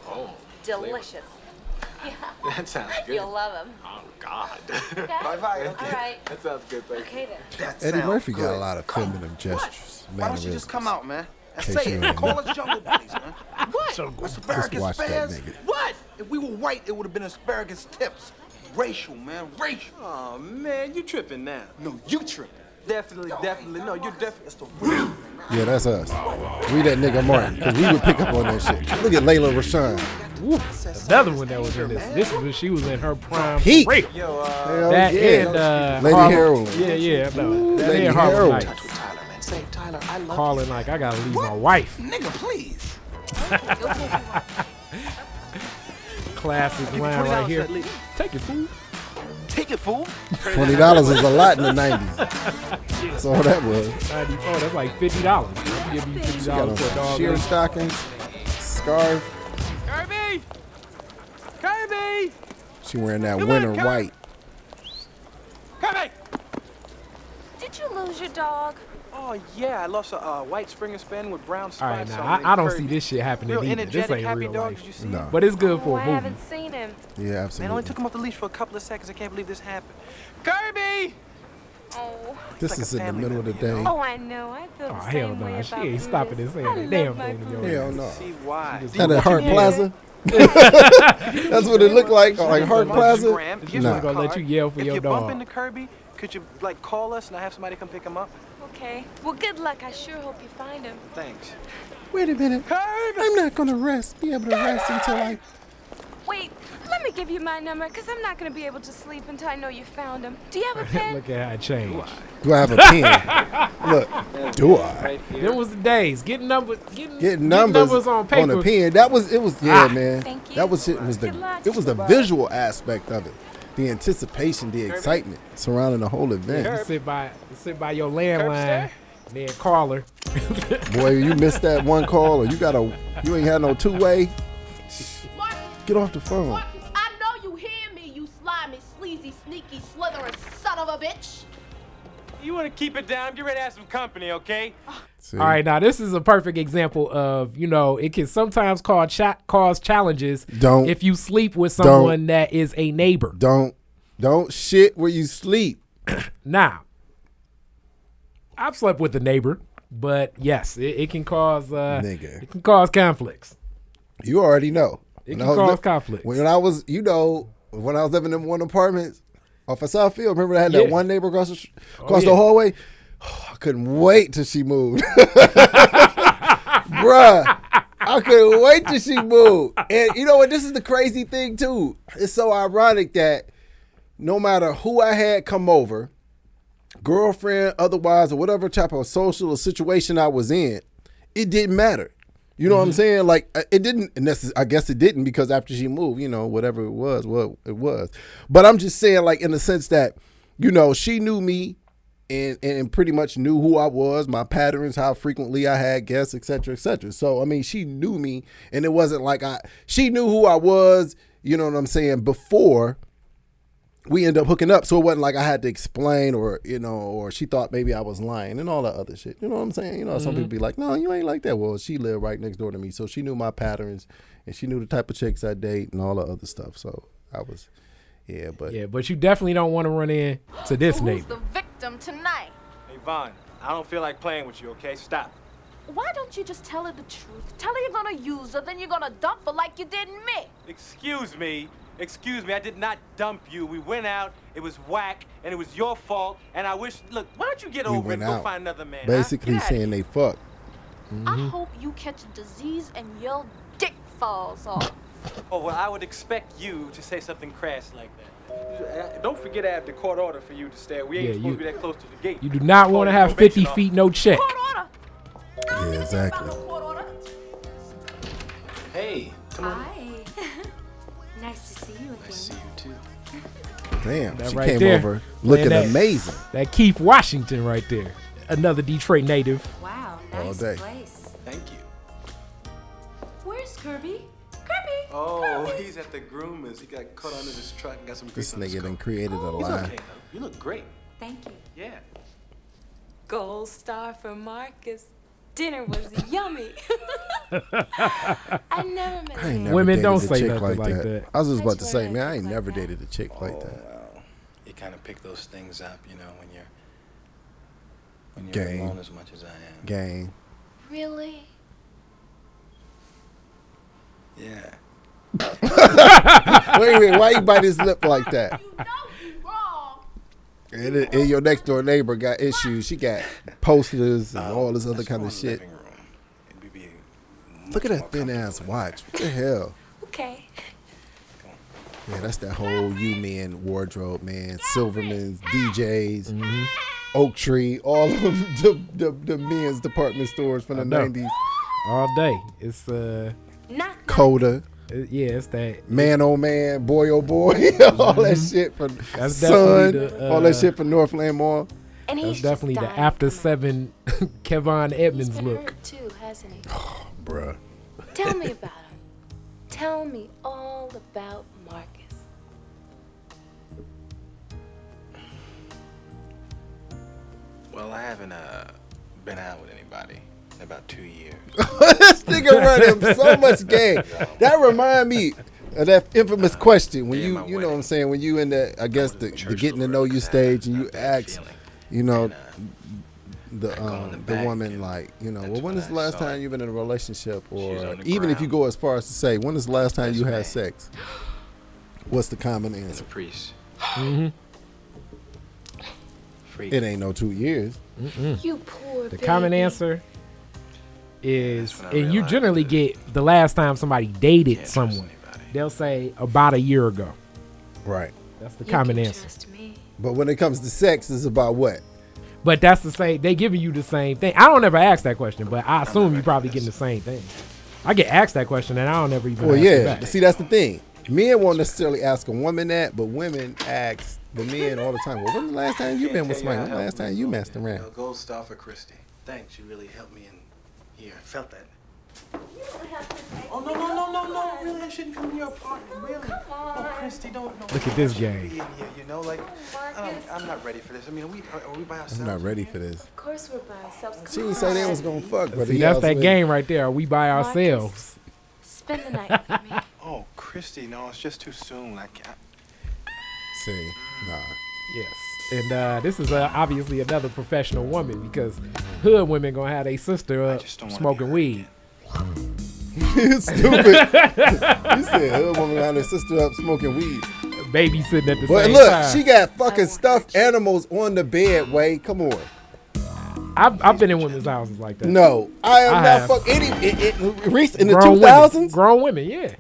Speaker 6: Oh,
Speaker 11: Delicious. Yeah,
Speaker 6: that sounds good.
Speaker 11: you'll love them.
Speaker 6: Oh, God.
Speaker 11: Okay?
Speaker 6: Bye-bye.
Speaker 11: All right.
Speaker 6: That sounds good, thank you.
Speaker 11: Okay then.
Speaker 4: Eddie
Speaker 9: Sound
Speaker 4: Murphy got
Speaker 9: good.
Speaker 4: a lot of feminine gestures.
Speaker 9: Why don't you just come out, man? And
Speaker 4: Case
Speaker 9: say
Speaker 4: you
Speaker 9: it.
Speaker 4: ain't
Speaker 9: Call
Speaker 4: know.
Speaker 9: us jungle buddies, man. What? Asparagus
Speaker 4: watch that
Speaker 9: fairs?
Speaker 4: nigga.
Speaker 9: What? If we were white, it would have been asparagus tips. Racial, man. Racial.
Speaker 6: Oh, man, you tripping now.
Speaker 9: No, you tripping.
Speaker 6: Definitely, definitely. No, you're definitely.
Speaker 9: It's the real thing.
Speaker 4: Yeah, that's us. We that nigga Martin, because we would pick up on that shit. Look at Layla Rashawn.
Speaker 3: Woo, another one that was in this. This was she was in her prime.
Speaker 4: Peak.
Speaker 3: freak.
Speaker 4: Yo,
Speaker 12: uh,
Speaker 3: that
Speaker 12: Hell yeah.
Speaker 3: and uh,
Speaker 4: Lady
Speaker 3: Harlem-
Speaker 4: Heroin.
Speaker 3: Yeah, yeah, no,
Speaker 12: Ooh,
Speaker 3: that
Speaker 12: Lady
Speaker 3: and Harlem
Speaker 12: Heroin.
Speaker 3: Nights. Calling like I gotta leave my wife.
Speaker 12: Nigga, please.
Speaker 3: Classic
Speaker 12: me
Speaker 3: line
Speaker 12: $20
Speaker 3: right here.
Speaker 12: at least.
Speaker 3: Take it, fool.
Speaker 12: Take it, fool.
Speaker 4: Twenty dollars is a lot in the nineties. That's all that was.
Speaker 3: Ninety-four. oh, That's like fifty dollars. I'm giving you fifty
Speaker 4: She got
Speaker 3: dollars for a
Speaker 4: on
Speaker 3: dog.
Speaker 4: sheer
Speaker 3: leg.
Speaker 4: stockings, scarf.
Speaker 6: Kirby! Kirby!
Speaker 4: She wearing that
Speaker 6: Come on,
Speaker 4: winter
Speaker 6: come on.
Speaker 4: white.
Speaker 6: Kirby!
Speaker 13: Did you lose your dog?
Speaker 6: Oh, yeah, I lost a uh, white Springer Spaniel with brown
Speaker 3: All right,
Speaker 6: stripes
Speaker 3: now
Speaker 6: on it.
Speaker 3: I, I don't
Speaker 6: Kirby.
Speaker 3: see this shit happening
Speaker 6: Real
Speaker 3: either. This
Speaker 6: energetic,
Speaker 3: ain't
Speaker 6: happy
Speaker 3: real
Speaker 6: dog,
Speaker 3: life.
Speaker 6: did you see
Speaker 4: No.
Speaker 3: But it's good for
Speaker 13: I
Speaker 3: a movie.
Speaker 13: haven't seen him.
Speaker 4: Yeah,
Speaker 6: Man, I only
Speaker 4: absolutely.
Speaker 6: took him off the leash for a couple of seconds. I can't believe this happened. Kirby!
Speaker 13: Oh.
Speaker 4: This
Speaker 6: like a
Speaker 4: is in the
Speaker 6: family
Speaker 4: middle of the day.
Speaker 13: Oh, I know. I feel
Speaker 3: Oh
Speaker 13: the
Speaker 3: hell
Speaker 13: same
Speaker 3: no,
Speaker 13: way
Speaker 3: she
Speaker 13: about
Speaker 3: ain't
Speaker 13: Brutus.
Speaker 3: stopping and saying
Speaker 13: I
Speaker 3: that
Speaker 13: love
Speaker 3: damn
Speaker 13: my
Speaker 3: thing to
Speaker 13: Brutus.
Speaker 3: your
Speaker 4: Hell no.
Speaker 6: See why?
Speaker 4: That at Hart
Speaker 13: Yeah.
Speaker 4: Plaza. That's what it looked like, like Hart Plaza.
Speaker 6: Here's
Speaker 4: Nah.
Speaker 6: my
Speaker 3: Gonna let
Speaker 6: card.
Speaker 3: you yell for
Speaker 6: if
Speaker 3: your
Speaker 6: you
Speaker 3: dog.
Speaker 6: bump into Kirby, could you like call us and I have somebody come pick him up?
Speaker 13: Okay. Well, good luck. I sure hope you find him.
Speaker 6: Thanks.
Speaker 4: Wait a minute. I'm not gonna rest. Be able to rest until I.
Speaker 13: Wait, let me give you my number, because I'm not going to be able to sleep until I know you found him. Do you have a pen?
Speaker 3: Look at how it changed.
Speaker 4: Do I have a pen? Look, do I?
Speaker 3: Them was the days getting numbers, getting,
Speaker 4: Getting numbers,
Speaker 3: on paper.
Speaker 4: a pen. That was it. Was yeah,
Speaker 3: Ah.
Speaker 4: man.
Speaker 13: Thank you.
Speaker 4: That was it. Was the
Speaker 13: Good luck.
Speaker 4: it was the visual aspect of it, the anticipation, the excitement surrounding the whole
Speaker 3: You
Speaker 4: event.
Speaker 3: sit by, sit by your landline, then call her.
Speaker 4: Boy, you missed that one call, or you got a you ain't had no two way. Get off the phone.
Speaker 14: I know you hear me, you slimy, sleazy, sneaky, slithering son of a bitch.
Speaker 6: You want to keep it down? Get ready to have some company, okay?
Speaker 4: See?
Speaker 3: All right, now this is a perfect example of you know it can sometimes cause cha- cause challenges.
Speaker 4: Don't.
Speaker 3: if you sleep with someone that is a neighbor.
Speaker 4: Don't don't shit where you sleep.
Speaker 3: Now, I've slept with a neighbor, but yes, it, it can cause uh,
Speaker 4: Nigga.
Speaker 3: it can cause conflicts.
Speaker 4: You already know.
Speaker 3: It can
Speaker 4: When I was
Speaker 3: cause
Speaker 4: li-
Speaker 3: conflicts.
Speaker 4: When I was, you know, when I was living in one apartment off of South Field, remember I had that
Speaker 3: Yeah.
Speaker 4: one neighbor across the, sh- across
Speaker 3: yeah.
Speaker 4: the hallway? I couldn't wait till she moved. Bruh. I couldn't wait till she moved. And you know what? This is the crazy thing, too. It's so ironic that no matter who I had come over, girlfriend, otherwise, or whatever type of social or situation I was in, it didn't matter. You know what I'm saying? Like uh, it didn't. necess- I guess it didn't because after she moved, you know, whatever it was, what it was. But I'm just saying, like in the sense that, you know, she knew me, and and pretty much knew who I was, my patterns, how frequently I had guests, etc., cetera, etc. Cetera. So I mean, she knew me, and it wasn't like I. She knew who I was. You know what I'm saying? Before we end up hooking up. So it wasn't like I had to explain or, you know, or she thought maybe I was lying and all that other shit. You know what I'm saying? You know, some people be like, no, you ain't like that. Well, she lived right next door to me. So she knew my patterns and she knew the type of chicks I date and all the other stuff. So I was, yeah, but
Speaker 3: Yeah, but you definitely don't want to run in to this
Speaker 14: Who's
Speaker 3: neighbor.
Speaker 14: the victim tonight?
Speaker 6: Hey, Vaughn, I don't feel like playing with you, okay? Stop.
Speaker 14: Why don't you just tell her the truth? Tell her you're gonna use her, then you're gonna dump her like you did me.
Speaker 6: Excuse me. Excuse me, I did not dump you. We went out, it was whack, and it was your fault. And I wish, look, why don't you get
Speaker 4: we
Speaker 6: over it
Speaker 4: went
Speaker 6: and
Speaker 4: out.
Speaker 6: go find another man? huh?
Speaker 4: Basically
Speaker 6: Get outta
Speaker 4: saying they fuck. Mm-hmm.
Speaker 14: I hope you catch a disease and your dick falls off.
Speaker 6: here. Oh, well, I would expect you to say something crass like that. Uh, Don't forget I have the court order for you to stay. We ain't
Speaker 3: Yeah,
Speaker 6: supposed
Speaker 3: you-
Speaker 6: to be that close to the gate.
Speaker 3: You do not want to have 50 feet no check.
Speaker 14: Court order! I don't
Speaker 4: Yeah,
Speaker 14: give a damn about
Speaker 4: exactly.
Speaker 14: no court order.
Speaker 6: Hey, come on.
Speaker 11: Hi. nice to see you again.
Speaker 15: See you too.
Speaker 4: Damn,
Speaker 3: That
Speaker 4: she
Speaker 3: right
Speaker 4: came
Speaker 3: there.
Speaker 4: over
Speaker 3: Playing
Speaker 4: looking
Speaker 3: that-
Speaker 4: amazing
Speaker 3: That Keith Washington right there, another Detroit native.
Speaker 11: Wow,
Speaker 4: all
Speaker 11: nice
Speaker 4: day.
Speaker 11: place.
Speaker 15: Thank you.
Speaker 11: Where's Kirby? Kirby!
Speaker 15: Oh, he's at the groomers. He got caught under this truck and got some grease
Speaker 4: This
Speaker 15: on his
Speaker 4: nigga
Speaker 15: coat.
Speaker 4: then created a
Speaker 15: He's
Speaker 4: lie.
Speaker 15: okay, though. You look great.
Speaker 11: Thank you.
Speaker 15: Yeah.
Speaker 11: Gold star for Marcus. Dinner was yummy. I never met
Speaker 4: I ain't
Speaker 11: a
Speaker 4: never
Speaker 3: Women
Speaker 4: dated
Speaker 3: don't
Speaker 4: a
Speaker 3: say
Speaker 4: chick
Speaker 3: nothing like that.
Speaker 4: I was just
Speaker 11: I
Speaker 4: about to
Speaker 11: swear
Speaker 4: say,
Speaker 11: I
Speaker 4: man, I ain't
Speaker 11: like
Speaker 4: never
Speaker 11: that.
Speaker 4: dated a chick like
Speaker 15: Oh,
Speaker 4: that.
Speaker 15: You kind of pick those things up, you know, when you're when you're
Speaker 4: Game.
Speaker 15: alone as much as I am.
Speaker 4: Game.
Speaker 11: Really?
Speaker 15: Yeah.
Speaker 4: Wait a minute, why you bite his lip like that?
Speaker 14: You know you wrong.
Speaker 4: And, and your next door neighbor got issues. She got posters and
Speaker 15: Oh,
Speaker 4: all this other kind of shit. Look at that thin ass watch. What the hell?
Speaker 13: Okay.
Speaker 4: Yeah, that's that whole you men wardrobe, man. Silverman's, DJs,
Speaker 3: Mm-hmm.
Speaker 4: Oak Tree, all of the, the, the men's department stores from the
Speaker 3: I know.
Speaker 4: 90s.
Speaker 3: All day. It's uh
Speaker 4: Coda.
Speaker 3: it- Uh, yeah, it's that
Speaker 4: Man, oh man, boy, oh boy, all that
Speaker 3: Mhm.
Speaker 4: shit for
Speaker 3: That's
Speaker 4: Sun,
Speaker 3: definitely the,
Speaker 4: all that
Speaker 3: uh,
Speaker 4: shit for Northland Mall.
Speaker 11: And he's
Speaker 3: that's definitely
Speaker 11: just
Speaker 3: the
Speaker 11: dying.
Speaker 3: after seven Kevon Edmonds look.
Speaker 11: Hurt too, hasn't he?
Speaker 4: Bruh.
Speaker 11: Tell me about him. Tell me all about Marcus.
Speaker 6: Well, I haven't uh, been out with anybody in about two years.
Speaker 4: this nigga running so much game. That remind me of that infamous question when you, you know what I'm saying, when you in the, I guess the, the getting to know you stage and you ask, you know,
Speaker 6: uh,
Speaker 4: the um, the woman like, you know, well, when is the last time you've been in a relationship, or even if you go as far as to say, when is the last time you had sex? What's the common answer?
Speaker 6: priest.
Speaker 4: It ain't no two years. Hmm.
Speaker 11: You poor
Speaker 3: The common answer is, and you generally get the last time somebody dated someone, they'll say about a year ago.
Speaker 4: Right.
Speaker 3: That's the common answer.
Speaker 4: But when it comes to sex, it's about what?
Speaker 3: But that's the same. They giving you the same thing. I don't ever ask that question, but I assume you probably getting the same thing. I get asked that question, and I don't ever even.
Speaker 4: Well,
Speaker 3: ask it
Speaker 4: yeah.
Speaker 3: back.
Speaker 4: See, that's the thing. Men won't necessarily ask a woman that, but women ask the men all the time. Well, when's the last time you been with somebody? When's the last time you messed
Speaker 6: You know,
Speaker 4: around?
Speaker 6: gold star for Christy. Thanks, you really helped me in here. I felt that.
Speaker 5: Oh no no no no no! Really, I shouldn't come to your apartment. Really? come on. Oh, Christy, don't. No.
Speaker 4: Look at this game.
Speaker 6: Be in here, you know, like I don't, I'm not ready for this. I mean, are we are, are we by ourselves?
Speaker 4: I'm not ready for this.
Speaker 11: Of course we're by ourselves.
Speaker 4: She didn't say they was gonna fuck, but
Speaker 3: See, that's that game right there. Are we by ourselves?
Speaker 11: Spend the night with me.
Speaker 6: Oh, Christy, no, it's just too soon. Like, I,
Speaker 4: See, nah.
Speaker 3: Yes. And uh, this is uh, obviously another professional woman because hood women gonna have their sister up smoking weed.
Speaker 4: Stupid. you said hood woman had her sister up smoking weed.
Speaker 3: Babysitting at the
Speaker 4: But
Speaker 3: same
Speaker 4: look,
Speaker 3: time.
Speaker 4: she got fucking stuffed animals on the bed. Way, come on.
Speaker 3: I've, I've been in women's houses like that.
Speaker 4: No, I am
Speaker 3: have.
Speaker 4: not fuck any. It, it, Reese in the
Speaker 3: Grown
Speaker 4: two
Speaker 3: women.
Speaker 4: thousands.
Speaker 3: Grown women, yeah.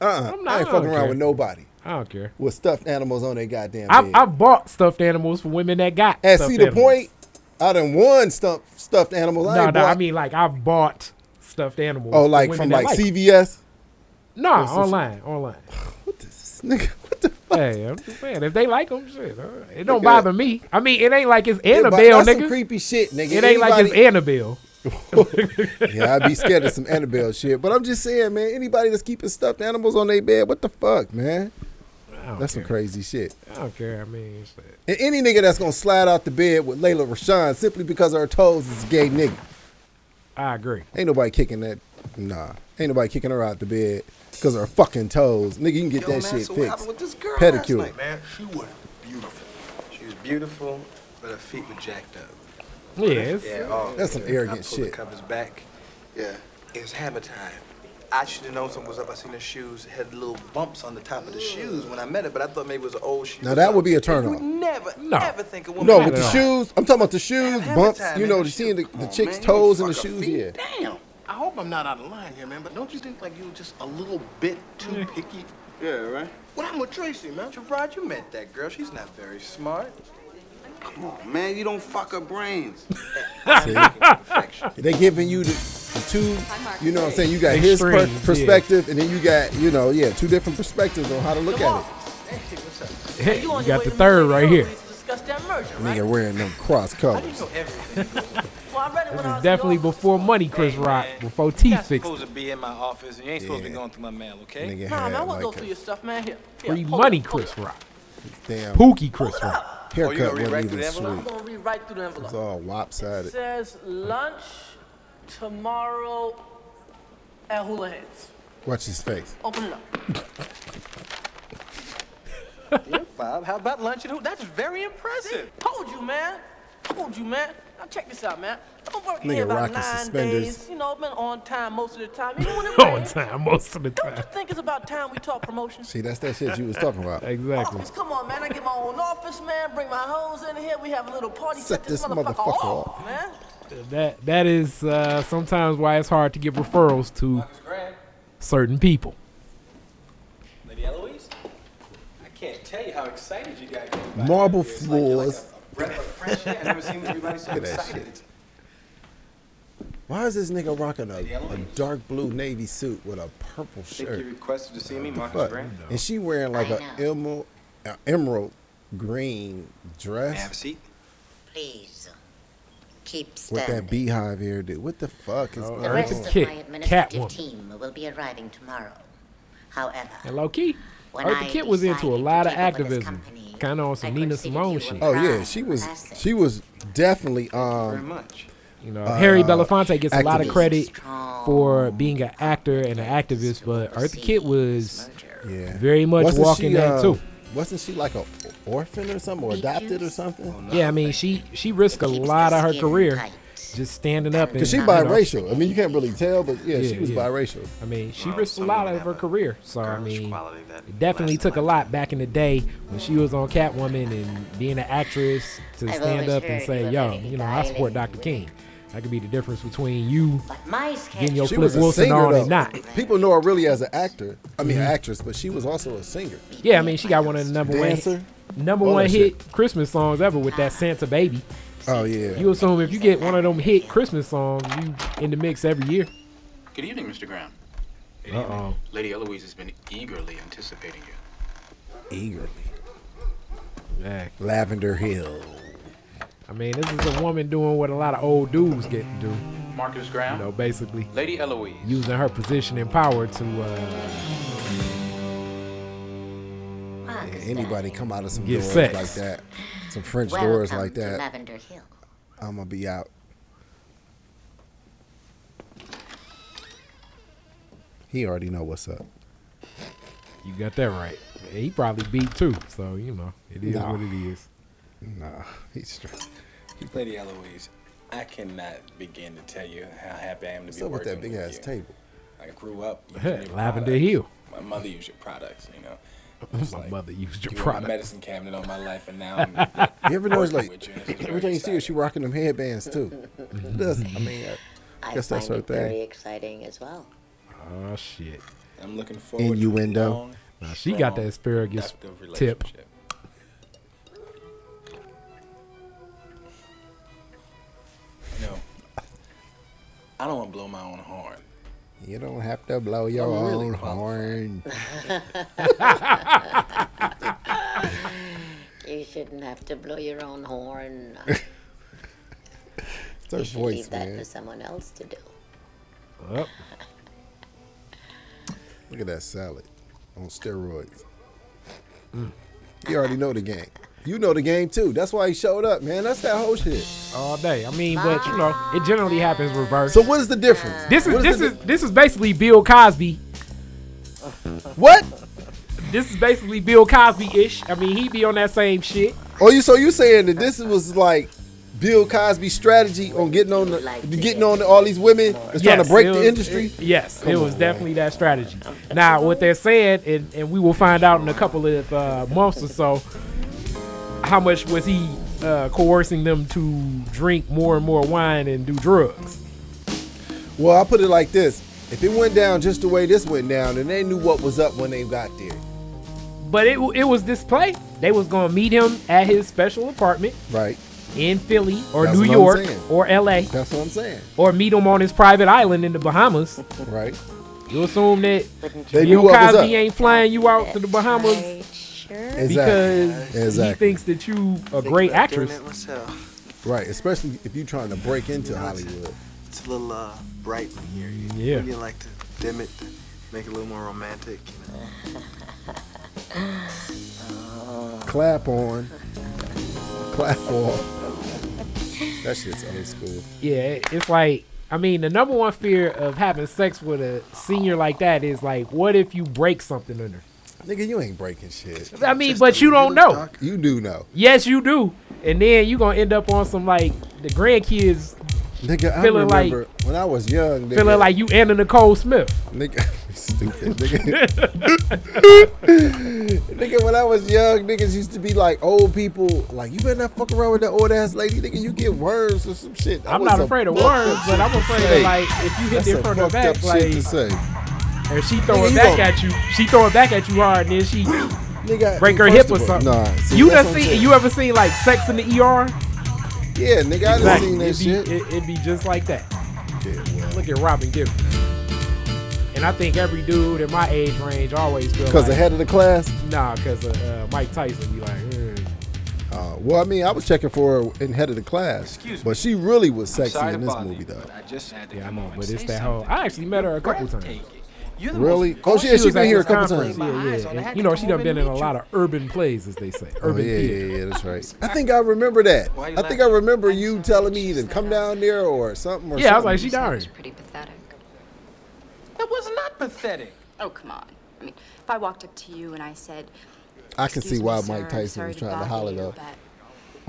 Speaker 4: Uh, uh
Speaker 3: I'm not-
Speaker 4: I
Speaker 3: I
Speaker 4: ain't
Speaker 3: don't
Speaker 4: fucking around
Speaker 3: care.
Speaker 4: with nobody.
Speaker 3: I don't care.
Speaker 4: With stuffed animals on their goddamn bed.
Speaker 3: I've, I've bought stuffed animals for women that got.
Speaker 4: And
Speaker 3: stuffed
Speaker 4: see the
Speaker 3: animals.
Speaker 4: point? I done won stuff, stuffed animals. I
Speaker 3: No, no,
Speaker 4: ain't bought-
Speaker 3: I mean like I've bought stuffed animals.
Speaker 4: oh,
Speaker 3: for
Speaker 4: like
Speaker 3: women
Speaker 4: from
Speaker 3: that
Speaker 4: like
Speaker 3: it.
Speaker 4: CVS.
Speaker 3: No,
Speaker 4: What's this-
Speaker 3: online, online.
Speaker 4: What this nigga? What
Speaker 3: the fuck? Hey, I'm just saying, if they like them, shit, all right. it don't
Speaker 4: Nigga.
Speaker 3: bother me. I mean, it ain't like it's Annabelle,
Speaker 4: that's
Speaker 3: nigga.
Speaker 4: some creepy shit, nigga.
Speaker 3: It ain't like it's
Speaker 4: Anybody-
Speaker 3: Annabelle.
Speaker 4: yeah, I'd be scared of some Annabelle shit. But I'm just saying, man, anybody that's keeping stuffed animals on their bed, what the fuck, man?
Speaker 3: don't
Speaker 4: That's some crazy shit.
Speaker 3: I don't care. I mean, shit.
Speaker 4: And any nigga that's gonna slide out the bed with Layla Rashawn simply because of her toes is a gay nigga.
Speaker 3: I agree.
Speaker 4: Ain't nobody kicking that. Nah, ain't nobody kicking her out the bed because of her fucking toes. Nigga, you can get
Speaker 6: Yo,
Speaker 4: that
Speaker 6: man,
Speaker 4: shit
Speaker 6: so what
Speaker 4: fixed.
Speaker 6: happened with this girl last
Speaker 4: Pedicure.
Speaker 6: night, man? She was beautiful. She was beautiful, but her feet were jacked up.
Speaker 4: Yeah, it's- that's some
Speaker 6: yeah.
Speaker 4: arrogant
Speaker 6: I pulled The
Speaker 4: shit.
Speaker 6: covers back. Yeah, it was hammer time. I should have known something was up. I seen her shoes had little bumps on the top of the shoes when I met her, but I thought maybe it was an old shoe.
Speaker 4: Now that would be a turn
Speaker 6: You
Speaker 4: off.
Speaker 6: would never, ever think a woman.
Speaker 4: No, with the shoes. I'm talking about the shoes,
Speaker 6: Have
Speaker 4: bumps.
Speaker 6: time,
Speaker 4: You
Speaker 6: man,
Speaker 4: know,
Speaker 6: the
Speaker 4: the seeing the, the
Speaker 6: on,
Speaker 4: chick's
Speaker 6: man.
Speaker 4: toes and
Speaker 6: Fuck
Speaker 4: the
Speaker 6: her
Speaker 4: shoes.
Speaker 6: feet.
Speaker 4: Yeah.
Speaker 6: Damn. I hope I'm not out of line here, man. But don't you think like you were just a little bit too picky? Yeah, right. What happened with Tracy, man? Gerard, you met that girl. She's not very smart. Come on, man. You don't fuck her brains.
Speaker 4: See? they giving you the, the two. You know what I'm saying? You got his per-
Speaker 3: Extremes, yeah.
Speaker 4: perspective, and then you got you know yeah two different perspectives on how to look at it.
Speaker 3: Hey, you got the third right here.
Speaker 7: Discuss that merger, right?
Speaker 4: Nigga wearing them cross colors.
Speaker 7: Well, I read it when I
Speaker 3: This
Speaker 7: was
Speaker 3: is definitely before money, Chris Rock, before teeth fixed.
Speaker 6: supposed to be in my office, and you ain't supposed to be going through my mail, okay?
Speaker 4: Nigga
Speaker 7: eh? Nah, man, I
Speaker 4: had
Speaker 7: want to go
Speaker 4: like
Speaker 7: through your stuff, man. Here. Here,
Speaker 3: Free
Speaker 7: hold
Speaker 3: money,
Speaker 7: it,
Speaker 3: Chris Rock.
Speaker 4: damn
Speaker 3: Pookie, Chris Rock.
Speaker 7: Oh,
Speaker 4: haircut
Speaker 6: read right
Speaker 4: wasn't even
Speaker 6: through the
Speaker 7: I'm
Speaker 4: sweet.
Speaker 7: going to read right through the envelope.
Speaker 4: It's all
Speaker 7: It
Speaker 4: lopsided.
Speaker 7: says lunch tomorrow at Hula Heads.
Speaker 4: Watch his face.
Speaker 7: Open it up.
Speaker 6: Bob, how about lunch and who? That's very impressive.
Speaker 7: Told you, man. Told you, man. Now check this out, man. I've been working
Speaker 4: Nigga
Speaker 7: here about
Speaker 4: rocking
Speaker 7: nine
Speaker 4: suspenders.
Speaker 7: days. You know, I've been on time most of the time. Even when it
Speaker 3: On
Speaker 7: rains,
Speaker 3: time, most of the
Speaker 7: I
Speaker 3: time.
Speaker 7: think it's about time we talk promotion.
Speaker 4: See, that's that shit you was talking about.
Speaker 3: Exactly.
Speaker 7: Office, come on, man. I get my own office, man. Bring my hoes in here. We have a little party.
Speaker 4: Set this motherfucker off.
Speaker 7: man.
Speaker 3: That that is uh, sometimes why it's hard to give referrals to certain people.
Speaker 6: Lady Eloise? I can't tell you how excited you got.
Speaker 4: Marble floors.
Speaker 6: Breath of fresh air. I've never seen anybody so
Speaker 4: Look at that
Speaker 6: excited.
Speaker 4: shit. Why is this nigga rocking a, a dark blue navy suit with a purple
Speaker 6: Think
Speaker 4: shirt?
Speaker 6: you requested to see me,
Speaker 4: The
Speaker 6: Marcus
Speaker 4: fuck?
Speaker 6: Grant?
Speaker 4: And she wearing like a emerald, a emerald green
Speaker 6: May I have a
Speaker 4: dress
Speaker 6: seat?
Speaker 16: Please keep
Speaker 4: with
Speaker 16: standing.
Speaker 4: that beehive here. Dude. What the fuck is
Speaker 16: the
Speaker 4: going
Speaker 16: rest
Speaker 4: on?
Speaker 16: of my administrative team will be arriving tomorrow. However,
Speaker 3: And low key,
Speaker 16: When
Speaker 3: Eartha
Speaker 16: I
Speaker 3: Kitt was into a
Speaker 16: decided
Speaker 3: lot
Speaker 16: to
Speaker 3: of
Speaker 16: take over this
Speaker 3: activism, kind of on some Nina Simone shit.
Speaker 4: Oh yeah, she was she was definitely um
Speaker 6: very much.
Speaker 3: You know, Harry Belafonte gets a lot of
Speaker 4: activist.
Speaker 3: credit for being an actor and an activist, but Eartha Kitt was very much
Speaker 4: Wasn't
Speaker 3: walking
Speaker 4: she,
Speaker 3: that
Speaker 4: uh,
Speaker 3: too.
Speaker 4: Wasn't she like a orphan or something, or adopted or something?
Speaker 3: Yeah, I mean, she she risked a lot of her career just standing up.
Speaker 4: Cause she
Speaker 3: and, you know,
Speaker 4: biracial. I mean, you can't really tell, but yeah, she
Speaker 3: Yeah,
Speaker 4: was
Speaker 3: yeah.
Speaker 4: biracial.
Speaker 3: I mean, she risked a lot of her career. So I mean, it definitely took a lot back in the day when she was on Catwoman and being an actress to
Speaker 16: I've
Speaker 3: stand
Speaker 16: always
Speaker 3: up and
Speaker 16: heard
Speaker 3: say,
Speaker 16: you were
Speaker 3: "Yo,
Speaker 16: very
Speaker 3: you know, I support Dr. King." That could be the difference between you
Speaker 16: my
Speaker 3: getting your
Speaker 4: She
Speaker 3: Flip
Speaker 4: was a
Speaker 3: Wilson
Speaker 4: singer,
Speaker 3: on
Speaker 4: though.
Speaker 3: and not.
Speaker 4: People know her really as an actor. I mean, an
Speaker 3: Mhm.
Speaker 4: actress, but she was also a singer.
Speaker 3: Yeah, I mean, she got one of the number
Speaker 4: Dancer?
Speaker 3: one number
Speaker 4: All
Speaker 3: one
Speaker 4: that
Speaker 3: hit Christmas songs ever with that Santa Baby.
Speaker 4: Oh yeah.
Speaker 3: You assume if you get one of them hit Christmas songs, you in the mix every year.
Speaker 17: Good evening, Mr. Graham.
Speaker 3: Uh oh.
Speaker 17: Lady Eloise has been eagerly anticipating you.
Speaker 4: Eagerly. Lavender Hill.
Speaker 3: I mean, this is a woman doing what a lot of old dudes get to do.
Speaker 17: Marcus Graham.
Speaker 3: You know, basically.
Speaker 4: Mm-hmm.
Speaker 17: Lady Eloise.
Speaker 3: Using her position and power to uh,
Speaker 4: Yeah, anybody come out of some
Speaker 3: Get
Speaker 4: doors
Speaker 3: sex.
Speaker 4: like that, some French
Speaker 16: Welcome
Speaker 4: doors like
Speaker 16: to
Speaker 4: that,
Speaker 16: Lavender Hill.
Speaker 4: I'm gonna be out. He already know what's up.
Speaker 3: you got that right. He probably beat too, so you know it is
Speaker 4: Nah.
Speaker 3: what it is.
Speaker 4: Nah, he's
Speaker 6: Lady Eloise, I cannot begin to tell you how happy I am to
Speaker 4: What's
Speaker 6: be
Speaker 4: up with
Speaker 6: working
Speaker 4: that big ass
Speaker 6: you.
Speaker 4: table?
Speaker 6: I grew up
Speaker 3: Heh,
Speaker 6: using your
Speaker 3: Lavender
Speaker 6: products.
Speaker 3: Hill.
Speaker 6: My mother used your products, you know.
Speaker 3: My mother used your
Speaker 6: you were in
Speaker 3: product.
Speaker 6: the medicine cabinet all my life, and now I'm
Speaker 4: You ever notice
Speaker 6: working
Speaker 4: like
Speaker 6: with you, and it's
Speaker 4: everything you see her, she rocking them headbands too. Does I mean, I
Speaker 16: I
Speaker 4: guess that's
Speaker 16: find
Speaker 4: her
Speaker 16: it very
Speaker 4: thing.
Speaker 16: exciting as well.
Speaker 3: Oh shit.
Speaker 6: I'm looking forward
Speaker 4: Innuendo.
Speaker 3: Now she got the asparagus tip.
Speaker 6: You know, I don't want to blow my own horn.
Speaker 4: You don't have to blow your
Speaker 6: I'm really
Speaker 4: own horn.
Speaker 6: qualified.
Speaker 16: you shouldn't have to blow your own horn.
Speaker 4: It's her
Speaker 16: you should
Speaker 4: voice,
Speaker 16: leave that
Speaker 4: man.
Speaker 16: for someone else to do.
Speaker 3: Yep.
Speaker 4: Look at that salad on steroids.
Speaker 3: Mm.
Speaker 4: You already know the game. You know the game too. That's why he showed up, man. That's that whole shit.
Speaker 3: All day. I mean, but you know, it generally happens reverse.
Speaker 4: So what is the difference?
Speaker 3: This is
Speaker 4: What
Speaker 3: this
Speaker 4: the
Speaker 3: is this is basically Bill Cosby.
Speaker 4: What?
Speaker 3: This is basically Bill Cosby ish. I mean, he be on that same shit.
Speaker 4: Oh, you so you saying that this was like Bill Cosby's strategy on getting on the getting on to all these women that's trying
Speaker 3: Yes,
Speaker 4: to break
Speaker 3: it
Speaker 4: the
Speaker 3: was-
Speaker 4: industry?
Speaker 3: it- yes,
Speaker 4: Come
Speaker 3: it was
Speaker 4: on, man.
Speaker 3: definitely that strategy. Now, what they're saying, and, and we will find out in a couple of uh, months or so, how much was he uh, coercing them to drink more and more wine and do drugs?
Speaker 4: Well, I put it like this: if it went down just the way this went down, then they knew what was up when they got there.
Speaker 3: But it w- it was this play. They was gonna meet him at his special apartment
Speaker 4: Right.
Speaker 3: in Philly or
Speaker 4: That's
Speaker 3: New
Speaker 4: what I'm
Speaker 3: York
Speaker 4: saying.
Speaker 3: or L.A.
Speaker 4: That's what I'm saying.
Speaker 3: Or meet him on his private island in the Bahamas.
Speaker 4: Right.
Speaker 3: You assume that
Speaker 4: They knew
Speaker 3: Bill
Speaker 4: what was
Speaker 3: Cosby
Speaker 4: up.
Speaker 3: ain't flying you out to the Bahamas because
Speaker 4: Exactly.
Speaker 3: he
Speaker 4: Exactly.
Speaker 3: thinks that you a great actress.
Speaker 4: Right, especially if you're trying to break into Hollywood.
Speaker 6: It's a little uh, bright in here.
Speaker 4: Yeah. wouldn't
Speaker 6: You like to dim it, to make it a little more romantic. You know?
Speaker 4: Clap on. Clap off. That shit's old school.
Speaker 3: Yeah, it- it's like I mean the number one fear of having sex with a senior like that is like what if you break something under?
Speaker 4: Nigga, you ain't breaking shit.
Speaker 3: I mean, but you don't know.
Speaker 4: You do know.
Speaker 3: Yes, you do. And then you gonna end up on some like the grandkids
Speaker 4: Nigga, I
Speaker 3: feeling like
Speaker 4: remember when I was young. Nigga,
Speaker 3: feeling like you Anna Nicole Smith.
Speaker 4: Nigga, stupid. Nigga. nigga, when I was young, niggas used to be like old people. Like, you better not fuck around with that old ass lady. Nigga, you get worms or some shit. That
Speaker 3: I'm
Speaker 4: was
Speaker 3: not
Speaker 4: some
Speaker 3: afraid of
Speaker 4: fucked
Speaker 3: worms,
Speaker 4: up
Speaker 3: but
Speaker 4: shit
Speaker 3: I'm
Speaker 4: to
Speaker 3: afraid of,
Speaker 4: say.
Speaker 3: like, if you hit
Speaker 4: That's
Speaker 3: in
Speaker 4: some
Speaker 3: front or
Speaker 4: fucked up
Speaker 3: back,
Speaker 4: shit to
Speaker 3: like-
Speaker 4: say.
Speaker 3: And she throwing
Speaker 4: you
Speaker 3: back
Speaker 4: gonna-
Speaker 3: at you. She throwing back at you hard, and then she
Speaker 4: Nigga,
Speaker 3: break her
Speaker 4: first
Speaker 3: hip or
Speaker 4: of all-
Speaker 3: something.
Speaker 4: Nah, see,
Speaker 3: you
Speaker 4: that's
Speaker 3: done
Speaker 4: what I'm
Speaker 3: seen?
Speaker 4: saying.
Speaker 3: You ever seen like Sex in the ER?
Speaker 4: Yeah, nigga, I done
Speaker 3: Exactly.
Speaker 4: seen that
Speaker 3: it'd be,
Speaker 4: shit.
Speaker 3: It, it'd be just like that.
Speaker 4: Yeah,
Speaker 3: Look at Robin Gibbons. And I think every dude in my age range always feel
Speaker 4: Because
Speaker 3: like,
Speaker 4: the head of the class.
Speaker 3: Nah, because of uh, Mike Tyson. Be like, "Mm."
Speaker 4: Uh, well, I mean, I was checking for her in head of the class.
Speaker 3: Excuse me.
Speaker 4: But she really was sexy
Speaker 3: sorry
Speaker 4: in
Speaker 3: to
Speaker 4: this
Speaker 3: bother
Speaker 4: movie, though.
Speaker 9: I just had to
Speaker 3: yeah, I know, but it's that whole. I actually met her a couple times.
Speaker 4: Really? Oh, she- she
Speaker 3: was
Speaker 4: been
Speaker 3: at
Speaker 4: here a
Speaker 3: this
Speaker 4: couple
Speaker 3: conference.
Speaker 4: times.
Speaker 3: Yeah, yeah. And, you know, she done been in a lot of urban plays, as they say.
Speaker 4: Oh,
Speaker 3: Urban
Speaker 4: yeah,
Speaker 3: theater.
Speaker 4: yeah, yeah, that's right. I think I remember that. I think I remember you telling me either come down there or something. Or
Speaker 3: Yeah, I was
Speaker 4: something.
Speaker 3: like, she down here.
Speaker 13: Pretty pathetic.
Speaker 9: That was not pathetic.
Speaker 13: Oh, come on. I mean, if I walked up to you and I said,
Speaker 4: I can see
Speaker 13: "Excuse me,
Speaker 4: why
Speaker 13: sir, I'm
Speaker 4: Mike Tyson
Speaker 13: sorry
Speaker 4: was trying to
Speaker 13: bother
Speaker 4: holler
Speaker 13: you,
Speaker 4: though.
Speaker 13: but-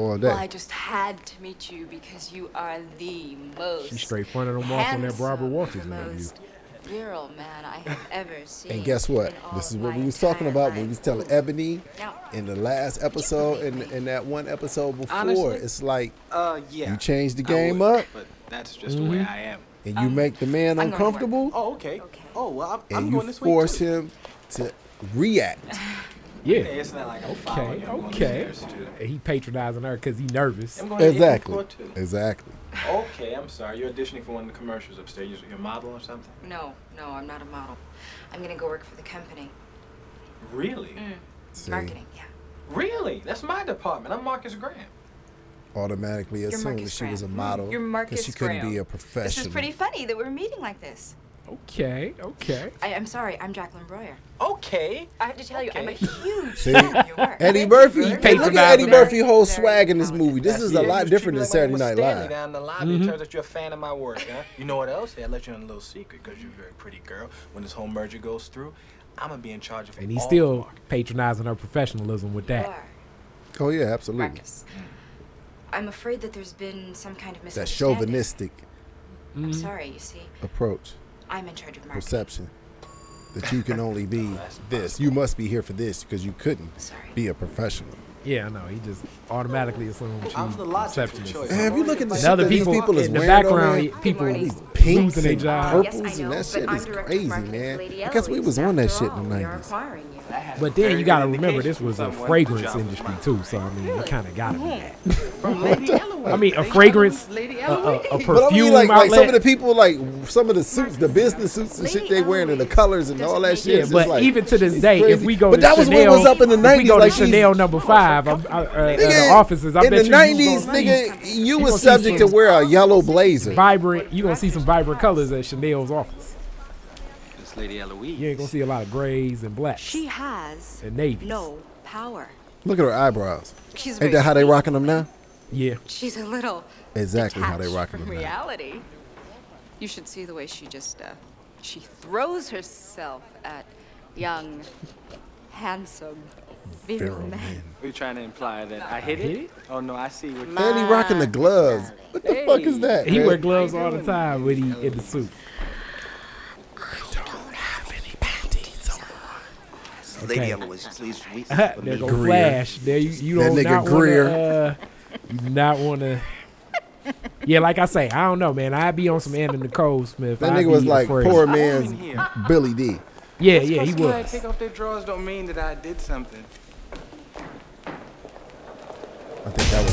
Speaker 4: All day.
Speaker 13: Well, I just had to meet you because you are the most.
Speaker 3: She straight fronted them off on that
Speaker 13: handsome,
Speaker 3: Barbara Walters
Speaker 13: the
Speaker 3: interview.
Speaker 13: most virile man I have ever seen.
Speaker 4: and guess what? This is what we was talking about when we was telling Ebony in the last episode and in, that one episode before.
Speaker 9: Honestly,
Speaker 4: it's like
Speaker 9: Uh, yeah.
Speaker 4: you change the
Speaker 9: I
Speaker 4: game
Speaker 9: would,
Speaker 4: up
Speaker 9: But that's just the way
Speaker 3: Mm-hmm.
Speaker 4: Mhm.
Speaker 9: I am.
Speaker 4: and
Speaker 13: Um,
Speaker 4: you make the man
Speaker 9: I'm gonna work.
Speaker 4: uncomfortable
Speaker 9: Oh, okay. Oh, well, I'm, I'm
Speaker 4: and
Speaker 9: going
Speaker 4: you
Speaker 9: this way.
Speaker 4: force him to react.
Speaker 3: Yeah.
Speaker 9: It's not like I'm following
Speaker 3: Okay,
Speaker 9: you. I'm going
Speaker 3: okay.
Speaker 9: upstairs, too.
Speaker 3: He patronizing her because he nervous.
Speaker 9: I'm going to Asian
Speaker 4: Exactly.
Speaker 9: Court, too.
Speaker 4: Exactly.
Speaker 9: Okay, I'm sorry. You're auditioning for one of the commercials upstairs. You're- You're a model or something?
Speaker 13: No, no, I'm not a model. I'm gonna go work for the company.
Speaker 9: Really?
Speaker 13: Marketing.
Speaker 9: Really? That's my department. I'm Marcus Graham.
Speaker 4: Automatically
Speaker 13: You're
Speaker 4: assumed that
Speaker 13: Marcus
Speaker 4: she was a
Speaker 13: Graham.
Speaker 4: model
Speaker 13: You're Marcus
Speaker 4: she couldn't
Speaker 13: Graham.
Speaker 4: be a
Speaker 13: This
Speaker 4: professional.
Speaker 13: This is pretty funny that we're meeting like this.
Speaker 3: Okay, okay.
Speaker 13: I, I'm sorry, I'm Jacqueline Breuer.
Speaker 9: Okay.
Speaker 13: I have to tell you, I'm a huge
Speaker 4: See,
Speaker 13: fan of your work.
Speaker 4: Eddie Murphy.
Speaker 13: He
Speaker 4: Hey, look
Speaker 13: patronized
Speaker 4: at Eddie
Speaker 13: him.
Speaker 4: Murphy whole swag in this movie. This is a lot different than Saturday Night
Speaker 9: Standing
Speaker 4: Live.
Speaker 9: down in the lobby,
Speaker 3: Mm-hmm.
Speaker 9: it
Speaker 4: Mhm.
Speaker 9: turns out you're a fan of my work, huh? You know what else? Hey, I let you in a little secret because you're a very pretty girl. When this whole merger goes through, I'm gonna be in charge of.
Speaker 3: And he's
Speaker 9: all-
Speaker 3: still patronizing her professionalism with that.
Speaker 4: Oh yeah, absolutely.
Speaker 13: Marcus. I'm afraid that there's been some kind of
Speaker 4: That
Speaker 13: misunderstanding.
Speaker 4: chauvinistic
Speaker 13: I'm sorry, you see.
Speaker 4: approach,
Speaker 13: I'm in charge of marketing.
Speaker 4: perception that you can only be this. You must be here for this because you couldn't be a professional.
Speaker 3: Yeah, I know. He just automatically assumes she's
Speaker 9: I'm the logical
Speaker 3: receptionist.
Speaker 9: choice.
Speaker 4: Man, if you look at the
Speaker 3: And
Speaker 4: shit
Speaker 3: other
Speaker 4: that these
Speaker 3: people,
Speaker 4: people is
Speaker 3: in the
Speaker 4: wearing over
Speaker 3: background,
Speaker 4: here,
Speaker 3: people
Speaker 4: these pinks
Speaker 3: losing their
Speaker 4: and
Speaker 3: job.
Speaker 4: purples
Speaker 13: Yes, I
Speaker 4: and
Speaker 13: know,
Speaker 4: that shit
Speaker 13: but
Speaker 4: is
Speaker 13: I'm director of
Speaker 4: crazy,
Speaker 13: marketing for
Speaker 4: man.
Speaker 13: Lady
Speaker 4: I guess we
Speaker 13: Eloise.
Speaker 4: was on that
Speaker 13: After
Speaker 4: shit
Speaker 13: all,
Speaker 4: in the
Speaker 13: we are
Speaker 4: nineties.
Speaker 13: acquiring you.
Speaker 3: But then you gotta remember
Speaker 9: indication
Speaker 3: this was a
Speaker 9: someone
Speaker 3: fragrance
Speaker 9: job was
Speaker 3: industry too, so I mean you kind of gotta be.
Speaker 9: From Lady Eloise.
Speaker 3: I mean a
Speaker 9: Lady
Speaker 3: fragrance,
Speaker 9: Lady
Speaker 3: a, a, a perfume
Speaker 4: But I mean, like, like
Speaker 3: outlet.
Speaker 4: some of the people, like some of the suits, the business suits and shit they wearing, and the colors and all that shit.
Speaker 3: yeah,
Speaker 4: it's
Speaker 3: but
Speaker 4: just like,
Speaker 3: even to this
Speaker 4: she's
Speaker 3: day, if
Speaker 4: crazy.
Speaker 3: we go,
Speaker 4: but
Speaker 3: to
Speaker 4: that was
Speaker 3: Chanel,
Speaker 4: what was up in the
Speaker 3: if we
Speaker 4: nineties.
Speaker 3: go to
Speaker 4: like she's-
Speaker 3: Chanel number five. I'm, I, uh, at the
Speaker 4: Nigga,
Speaker 3: offices. I
Speaker 4: in
Speaker 3: bet
Speaker 4: the
Speaker 3: you you
Speaker 4: nineties,
Speaker 3: gonna see
Speaker 4: nigga, you
Speaker 3: you
Speaker 4: was
Speaker 3: gonna see
Speaker 4: subject to
Speaker 3: some-
Speaker 4: wear a yellow blazer.
Speaker 3: vibrant. You gonna see some vibrant colors at Chanel's office.
Speaker 9: This Lady Eloise.
Speaker 3: You ain't gonna see a lot of grays and blacks.
Speaker 13: She has
Speaker 3: and navy.
Speaker 13: no power.
Speaker 4: Look at her eyebrows.
Speaker 13: She's
Speaker 4: Ain't that how they rocking them now?
Speaker 3: Yeah.
Speaker 13: She's a little
Speaker 4: Exactly how they
Speaker 13: detached
Speaker 4: rocking
Speaker 13: from
Speaker 4: them now.
Speaker 13: reality. You should see the way she just uh, she throws herself at young, handsome, virile men.
Speaker 9: Are you trying to imply that I hit it? Oh no, I see what.
Speaker 4: And he rocking the gloves. What the fuck is that?
Speaker 3: He
Speaker 4: man?
Speaker 3: wear gloves all the time when he in the suit.
Speaker 6: Lady
Speaker 3: Okay.
Speaker 6: Eloise, please wait
Speaker 3: there
Speaker 6: for me.
Speaker 3: go Flash. There you, you
Speaker 4: That
Speaker 3: don't
Speaker 4: nigga
Speaker 3: not
Speaker 4: Greer.
Speaker 3: wanna, uh, you not wanna. Yeah, like I say, I don't know, man. I'd be on some Anna Nicole Smith.
Speaker 4: That
Speaker 3: I'd
Speaker 4: nigga was
Speaker 3: be
Speaker 4: like
Speaker 3: afraid.
Speaker 4: poor man's Billy D.
Speaker 3: Yeah, yeah, he
Speaker 9: Just 'cause somebody
Speaker 3: was.
Speaker 9: Take off their drawers don't mean that I did something.
Speaker 4: I think that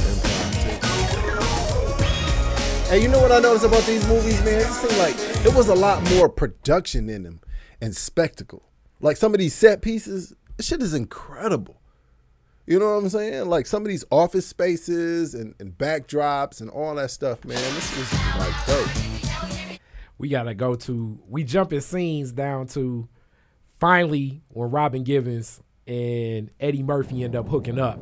Speaker 4: was impromptu. Hey, you know what I noticed about these movies, man? It seemed like it was a lot more production in them and spectacle. Like some of these set pieces, this shit is incredible. You know what I'm saying? Like some of these office spaces and, and backdrops and all that stuff, man. This was like dope.
Speaker 3: We gotta go to. We jumping scenes down to finally when Robin Givens and Eddie Murphy end up hooking up,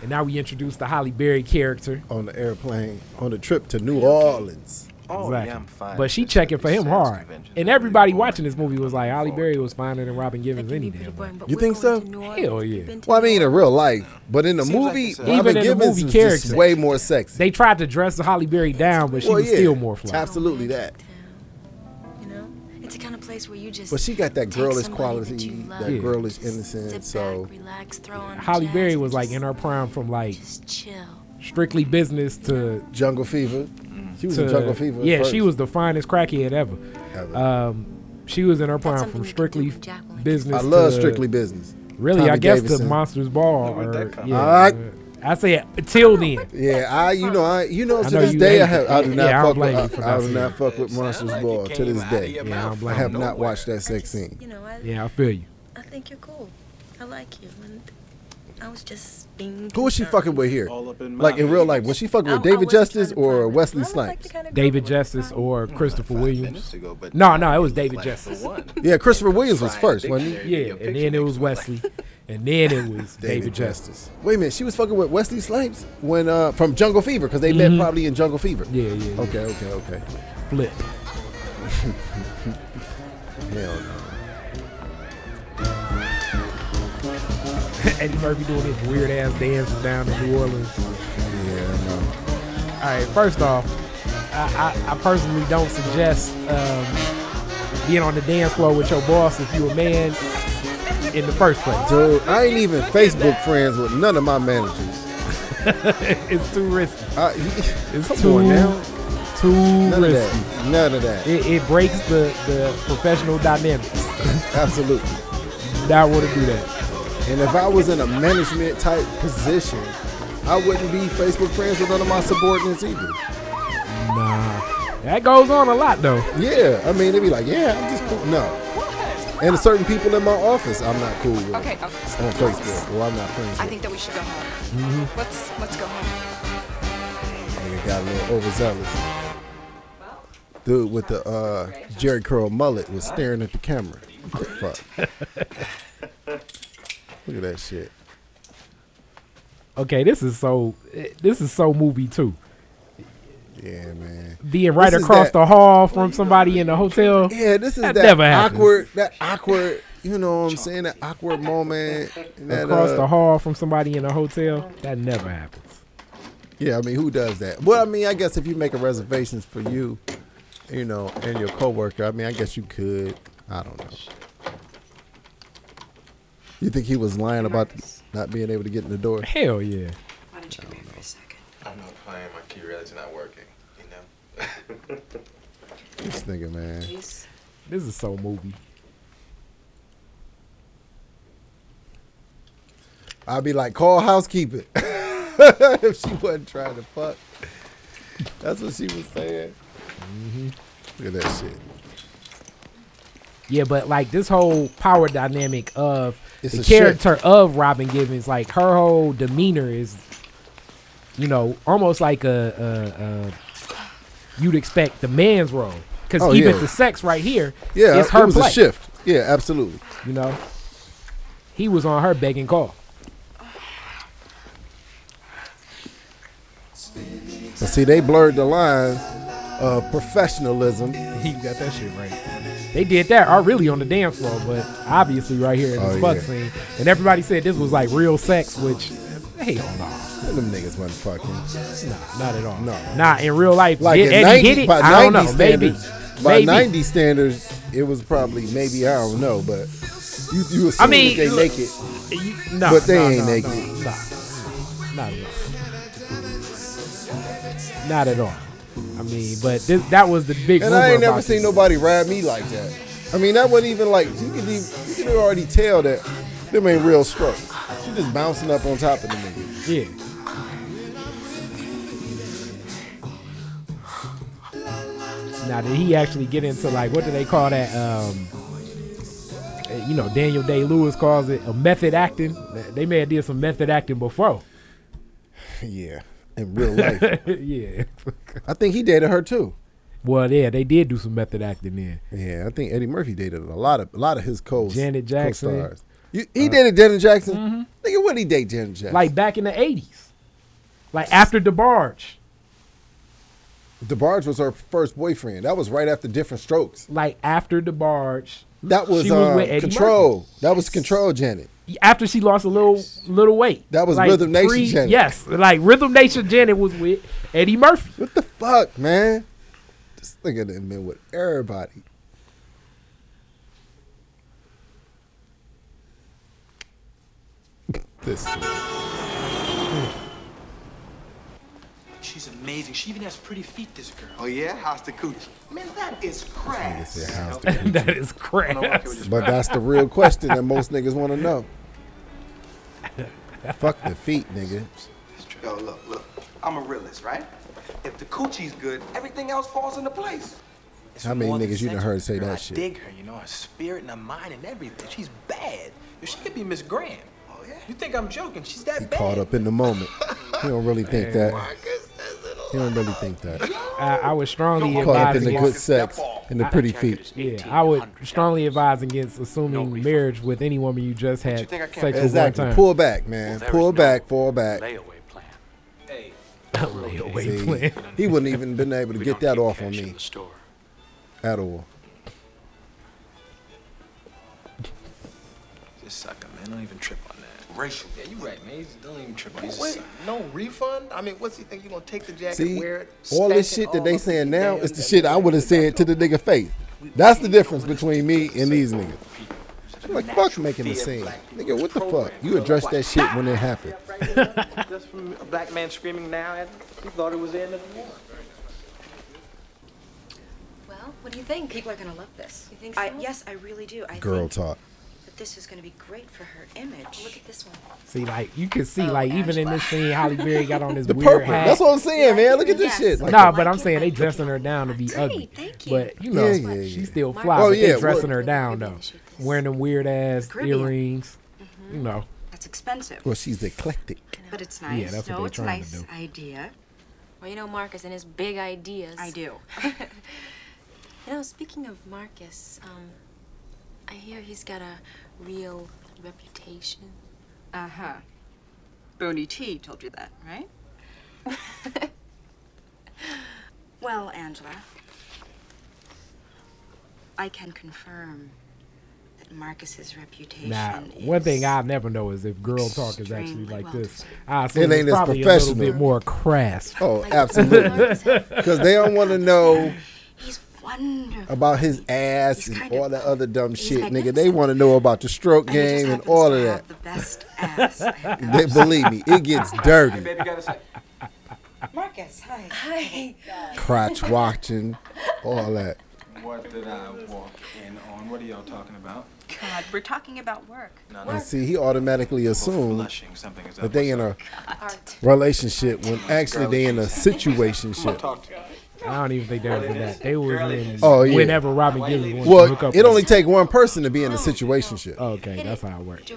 Speaker 3: and now we introduce the Holly Berry character
Speaker 4: On the airplane, on the trip to New Orleans.
Speaker 6: Oh,
Speaker 3: Exactly.
Speaker 6: yeah, I'm fine.
Speaker 3: But she checking for him hard, and everybody watching this movie was like, Holly Berry was finer than Robin Givens any damn way.
Speaker 4: You think so?
Speaker 3: Hell yeah.
Speaker 4: Well, I mean, in real life, but in the
Speaker 3: Seems like
Speaker 4: movie,
Speaker 3: it's a-
Speaker 4: Robin
Speaker 3: Even in the
Speaker 4: Givens
Speaker 3: movie
Speaker 4: is just
Speaker 3: character.
Speaker 4: way more sexy.
Speaker 3: They tried to dress Holly Berry down, but she
Speaker 4: Well,
Speaker 3: was
Speaker 4: yeah,
Speaker 3: still more fly.
Speaker 4: Absolutely that.
Speaker 18: It's the kind of place where you just
Speaker 4: But she got that
Speaker 18: take
Speaker 4: girlish
Speaker 18: somebody
Speaker 4: quality,
Speaker 18: you
Speaker 4: that,
Speaker 18: love,
Speaker 4: girlish innocence. So
Speaker 18: relax, throw on
Speaker 3: Holly Berry was like in her prime from like strictly business to
Speaker 4: Jungle Fever. She was in Jungle Fever at
Speaker 3: Yeah, she
Speaker 4: first.
Speaker 3: was the finest crackhead ever. Um, she was in her prime from strictly business.
Speaker 4: I love
Speaker 3: to-
Speaker 4: Strictly Business.
Speaker 3: Really, I
Speaker 4: Tommy
Speaker 3: guess the
Speaker 4: Davidson.
Speaker 3: Monsters Ball.
Speaker 4: Where'd
Speaker 3: Or,
Speaker 4: that come
Speaker 3: yeah,
Speaker 4: from? All right.
Speaker 3: I say it until then.
Speaker 4: yeah, I you know I you know
Speaker 3: I
Speaker 4: to
Speaker 3: know
Speaker 4: this
Speaker 3: you
Speaker 4: day I
Speaker 3: hate
Speaker 4: have
Speaker 3: it.
Speaker 4: I do not
Speaker 3: Yeah, I don't
Speaker 4: fuck
Speaker 3: blame you
Speaker 4: with
Speaker 3: for
Speaker 4: I, I
Speaker 3: not
Speaker 4: do
Speaker 3: seeing
Speaker 4: not
Speaker 3: it.
Speaker 4: fuck with Monsters Ball to this day.
Speaker 3: Yeah, I don't
Speaker 4: I
Speaker 3: blame
Speaker 4: have
Speaker 3: you.
Speaker 4: not watched that sex scene.
Speaker 18: You know, I,
Speaker 3: Yeah, I feel you.
Speaker 18: I think you're cool. I like you, and I was just being.
Speaker 4: Who is she fucking with here?
Speaker 18: All up in
Speaker 4: Like
Speaker 18: my
Speaker 4: in real life, was she fucking with David Justice or Wesley Snipes?
Speaker 3: David Justice or Christopher Williams. No, no, it was David Justice.
Speaker 4: Yeah, Christopher Williams was first, wasn't he?
Speaker 3: Yeah, and then it was Wesley, and then it was David Justice.
Speaker 4: Wait a minute, she was fucking with Wesley Snipes when uh from Jungle Fever because they met probably in Jungle Fever.
Speaker 3: Mm-hmm. Yeah, yeah. yeah.
Speaker 4: Okay, okay, okay.
Speaker 3: Flip.
Speaker 4: Hell no.
Speaker 3: Eddie Murphy doing his weird ass dances down in New Orleans.
Speaker 4: Yeah, no.
Speaker 3: All right, first off, I, I, I personally don't suggest um, being on the dance floor with your boss if you're a man in the first place.
Speaker 4: Dude, I ain't even Facebook friends with none of my managers.
Speaker 3: it's too risky.
Speaker 4: it's
Speaker 3: too- Too
Speaker 4: None
Speaker 3: risky.
Speaker 4: of that. None of that.
Speaker 3: It, it breaks the, the professional dynamics.
Speaker 4: Absolutely.
Speaker 3: Not want to do that.
Speaker 4: And if I was in a management type position, I wouldn't be Facebook friends with none of my subordinates either.
Speaker 3: Nah. That goes on a lot though.
Speaker 4: Yeah. I mean, they'd be like, yeah, I'm just cool. No. And certain people in my office, I'm not cool with.
Speaker 13: Okay, okay.
Speaker 4: On Facebook. Well, I'm not friends
Speaker 13: I
Speaker 4: with.
Speaker 13: think that we should go home.
Speaker 4: Mhm.
Speaker 3: Mm-hmm.
Speaker 13: Let's let's go home.
Speaker 4: Nigga got a little overzealous. Dude with the uh, Jerry Curl mullet was staring at the camera. What the fuck? Look at that shit.
Speaker 3: Okay, this is so eh, this is so movie too.
Speaker 4: Yeah, man.
Speaker 3: Being right
Speaker 4: This is
Speaker 3: across
Speaker 4: that-
Speaker 3: the hall from somebody in the hotel.
Speaker 4: Yeah, this is that,
Speaker 3: never happens.
Speaker 4: awkward, that awkward, you know what I'm saying? That awkward moment. That,
Speaker 3: across
Speaker 4: uh,
Speaker 3: the hall from somebody in a hotel. That never happens.
Speaker 4: Yeah, I mean, who does that? Well, I mean, I guess if you make a reservations for you, you know, and your coworker, I mean, I guess you could. I don't know. You think he was lying about not being able to get in the door?
Speaker 3: Hell yeah.
Speaker 13: Why don't you come here for a second?
Speaker 6: I'm not playing. My key really not working. You know.
Speaker 4: This nigga, man.
Speaker 3: This is so movie.
Speaker 4: I'd be like, call housekeeping. if she wasn't trying to fuck. That's what she was saying.
Speaker 3: Mm-hmm.
Speaker 4: Look at that shit.
Speaker 3: Yeah, but like this whole power dynamic of
Speaker 4: It's
Speaker 3: the
Speaker 4: a shift.
Speaker 3: character of Robin Givens, like her whole demeanor is, you know, almost like a, a, a you'd expect the man's role because
Speaker 4: Oh,
Speaker 3: even
Speaker 4: yeah.
Speaker 3: the sex right here,
Speaker 4: Yeah,
Speaker 3: is her
Speaker 4: it was
Speaker 3: play.
Speaker 4: a shift. Yeah, absolutely.
Speaker 3: You know, he was on her begging call.
Speaker 4: But see, they blurred the lines of professionalism.
Speaker 3: You got that shit right. They did that are really on the dance floor, but obviously right here in this
Speaker 4: Oh,
Speaker 3: fuck
Speaker 4: yeah.
Speaker 3: scene, and everybody said this was like real sex, which hell no.
Speaker 4: Them niggas wasn't fucking.
Speaker 3: Nah, not at all.
Speaker 4: No.
Speaker 3: Nah, in real life,
Speaker 4: Like
Speaker 3: did
Speaker 4: in
Speaker 3: Eddie
Speaker 4: 90,
Speaker 3: hit it?
Speaker 4: by
Speaker 3: I don't know.
Speaker 4: 90
Speaker 3: Maybe.
Speaker 4: standards, by
Speaker 3: Maybe.
Speaker 4: 90 standards, it was probably maybe I don't know, but you you assume
Speaker 3: I mean,
Speaker 4: that they
Speaker 3: look,
Speaker 4: naked,
Speaker 3: you- nah,
Speaker 4: but they
Speaker 3: nah,
Speaker 4: ain't
Speaker 3: nah,
Speaker 4: naked.
Speaker 3: Nah, nah, not at all. Not at all. I mean, but this, that was the big.
Speaker 4: And I
Speaker 3: rumor
Speaker 4: ain't never
Speaker 3: about
Speaker 4: seen
Speaker 3: this.
Speaker 4: nobody ride me like that. I mean, that wasn't even like you could even, you could already tell that them ain't real strokes. She just bouncing up on top of the nigga.
Speaker 3: Yeah. Now did he actually get into like what do they call that? Um, uh, you know, Daniel Day Lewis calls it a method acting. They may have did some method acting before.
Speaker 4: Yeah, in real life.
Speaker 3: yeah.
Speaker 4: I think he dated her too.
Speaker 3: Well, yeah, they did do some method acting then.
Speaker 4: Yeah, I think Eddie Murphy dated a lot of a lot of his co
Speaker 3: Janet Jackson. Uh-huh. Mm-hmm.
Speaker 4: co-stars. You, he dated Janet Jackson. Nigga, what he date Janet Jackson?
Speaker 3: Like back in the eighties, like after DeBarge.
Speaker 4: DeBarge was her first boyfriend. That was right after Different Strokes.
Speaker 3: Like after DeBarge.
Speaker 4: That was,
Speaker 3: she was
Speaker 4: uh,
Speaker 3: with Eddie
Speaker 4: Control. That was Control, Janet.
Speaker 3: After she lost a little little weight. That
Speaker 4: was Rhythm Nation Janet.
Speaker 3: Yes, like Rhythm Nation Janet was with Eddie Murphy.
Speaker 4: What the fuck, man? This nigga done been with everybody. This.
Speaker 6: She's amazing. She even has pretty feet, this girl.
Speaker 9: Oh yeah, how's the coochie?
Speaker 6: Man, that is crap.
Speaker 3: that is crass.
Speaker 4: But that's the real question that most niggas want to know. Fuck the feet, nigga.
Speaker 6: Yo, look, look. I'm a realist, right? If the coochie's good, everything else falls into place.
Speaker 4: How many
Speaker 6: more than
Speaker 4: niggas you done
Speaker 6: sex
Speaker 4: heard
Speaker 6: with
Speaker 4: say
Speaker 6: her.
Speaker 4: that
Speaker 6: I
Speaker 4: shit?
Speaker 6: dig her, you know, her spirit and her mind and everything. She's bad. Yo, she could be Miss Graham. Oh, yeah? You think I'm joking? She's that bad.
Speaker 4: Caught up in the moment. He don't really think
Speaker 3: Man.
Speaker 4: that. He don't really think that.
Speaker 3: I, I would strongly
Speaker 4: Caught up
Speaker 3: advise
Speaker 4: in the
Speaker 3: against-
Speaker 4: good sex and the pretty feet.
Speaker 3: Yeah, I would strongly advise against assuming marriage with any woman you just had sex with
Speaker 4: Exactly.
Speaker 3: one time.
Speaker 4: Pull back, man. Pull back. Fall back.
Speaker 3: Layaway
Speaker 4: See,
Speaker 3: plan.
Speaker 4: He wouldn't even been able to get that off on me. At all.
Speaker 6: Just sucker, man. Don't even trip on that. Racial. Yeah, you right, man. He's- Don't even trip on
Speaker 9: Wait,
Speaker 6: He's a sucker.
Speaker 9: no refund? I mean, what's he think? You gonna take the jacket,
Speaker 4: See,
Speaker 9: wear it?
Speaker 4: all this
Speaker 9: stack it
Speaker 4: shit that
Speaker 9: all
Speaker 4: they
Speaker 9: up?
Speaker 4: saying now is the shit I would have said to the nigga face. That's the difference between me and these niggas. Like fuck making the scene, nigga. What the fuck? You address that shit when it happened.
Speaker 6: That's from a black man screaming now at he thought it was the end of the war.
Speaker 19: Well, what do you think? People are gonna love this. You think so? yes, I really do. I
Speaker 4: Girl
Speaker 19: think
Speaker 4: talk.
Speaker 19: that this is gonna be great for her image. look at this one.
Speaker 3: See, like you can see, like even in this scene, Holly Berry got on this
Speaker 4: The
Speaker 3: weird
Speaker 4: purple.
Speaker 3: hat.
Speaker 4: That's what I'm saying, man. Look at this shit. Like,
Speaker 3: nah, but I'm saying they dressing her down to be ugly. But you know,
Speaker 4: Yeah, yeah, yeah.
Speaker 3: she's still
Speaker 4: Mark-
Speaker 3: fly.
Speaker 4: Oh,
Speaker 3: but
Speaker 4: yeah,
Speaker 3: they dressing
Speaker 4: well-
Speaker 3: her down though, wearing them weird ass
Speaker 19: Caribbean.
Speaker 3: earrings. You know,
Speaker 19: That's expensive.
Speaker 4: Well, she's eclectic.
Speaker 19: But it's
Speaker 3: Yeah,
Speaker 19: nice.
Speaker 3: that's what
Speaker 19: no,
Speaker 3: they're
Speaker 19: it's
Speaker 3: trying
Speaker 19: nice
Speaker 3: to
Speaker 19: idea.
Speaker 11: Well, you know Marcus and his big ideas.
Speaker 19: I do.
Speaker 11: You know, speaking of Marcus, um, I hear he's got a real reputation.
Speaker 13: Uh huh.
Speaker 19: Uh-huh.
Speaker 13: Boney T told you that, right?
Speaker 19: Well, Angela, I can confirm that Marcus's reputation.
Speaker 3: now one thing I'll never know is if girl talk is actually like this. I assume
Speaker 4: It ain't
Speaker 3: it's
Speaker 4: as
Speaker 3: probably a little
Speaker 4: professional.
Speaker 3: bit more crass.
Speaker 4: Oh, absolutely. Because they don't want to know about his ass and all that other dumb shit, nigga. They want to know about the stroke game and all of that. they believe me, it gets dirty.
Speaker 19: Marcus, hi. Hi.
Speaker 4: Crotch watching, all that.
Speaker 6: What did I walk in on? What are y'all talking about?
Speaker 13: God, we're talking about work.
Speaker 4: And see, he automatically assumed
Speaker 6: something is
Speaker 4: that they in a relationship when actually they in a situation shit.
Speaker 3: I don't even think they was in that. They was in
Speaker 4: Oh yeah.
Speaker 3: whenever Robin Givens wanted to hook
Speaker 4: Well,
Speaker 3: up.
Speaker 4: it
Speaker 3: with Oh,
Speaker 4: only
Speaker 3: her.
Speaker 4: take one person to be in a situation shit.
Speaker 3: Okay, that's how it works.
Speaker 4: Yeah.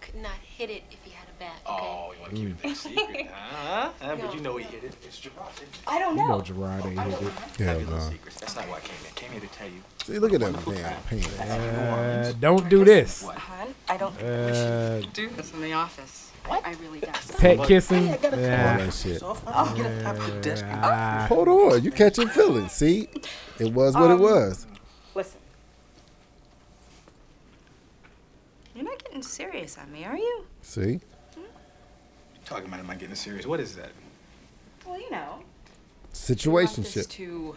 Speaker 11: Could not hit it if he had a bat. Okay?
Speaker 6: Oh, you want to keep it that secret, huh? Huh? But you know he did it. It's Gerard.
Speaker 19: I don't
Speaker 3: You know Gerard ain't hit it.
Speaker 4: Hell
Speaker 3: Uh.
Speaker 4: no.
Speaker 6: That's not why I came here. I came here to tell you.
Speaker 4: See, look at them damn pants.
Speaker 3: Uh, don't do this.
Speaker 19: Hon, I don't
Speaker 3: Uh,
Speaker 19: do this in the office. I really don't.
Speaker 3: pet kissing.
Speaker 19: Hey, I gotta-
Speaker 3: Nah.
Speaker 4: All that shit.
Speaker 3: Nah.
Speaker 4: Hold on, you catching feelings. See, it was what it
Speaker 19: Um,
Speaker 4: was.
Speaker 19: Listen. You're not getting serious on me, are you?
Speaker 4: See,
Speaker 6: Talking about am I getting serious? What is that?
Speaker 19: Well, you know.
Speaker 4: situation
Speaker 13: This
Speaker 4: shit.
Speaker 13: to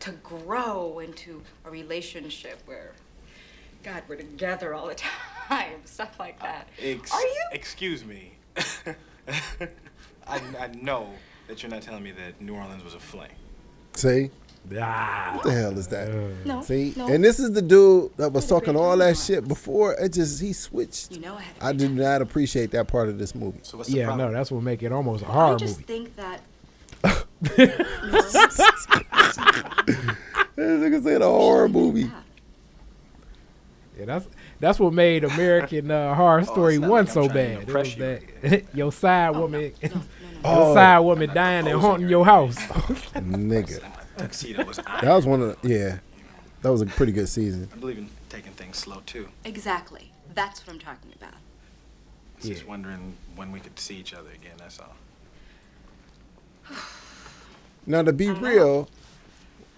Speaker 19: to grow into a relationship where, God, we're together all the time, stuff like that.
Speaker 6: Uh, Ex-
Speaker 19: Are you?
Speaker 6: Excuse me. I, I know that you're not telling me that New Orleans was a fling.
Speaker 4: See,
Speaker 3: what
Speaker 4: the hell is that?
Speaker 19: No,
Speaker 4: See,
Speaker 19: no.
Speaker 4: and this is the dude that was talking all that shit before. It just he switched.
Speaker 19: You know I had
Speaker 4: I do not appreciate that part of this movie. So
Speaker 6: what's
Speaker 3: Yeah, no, that's what make it almost a
Speaker 19: I
Speaker 3: horror
Speaker 19: just
Speaker 3: movie.
Speaker 19: think that
Speaker 4: This nigga said a horror movie.
Speaker 3: Yeah, that's that's what made American uh, Horror Story One so
Speaker 6: trying to
Speaker 3: bad. It
Speaker 6: impress
Speaker 3: was that your side
Speaker 13: Oh,
Speaker 3: woman,
Speaker 4: no.
Speaker 3: your side woman dying and haunting your house.
Speaker 4: Nigga,
Speaker 6: Tuxedo was I.
Speaker 4: that was one of the, yeah. That was a pretty good season.
Speaker 6: I believe in taking things slow too.
Speaker 19: exactly. That's what I'm talking about.
Speaker 6: Just wondering when we could see each other again. That's all.
Speaker 4: Now to be real,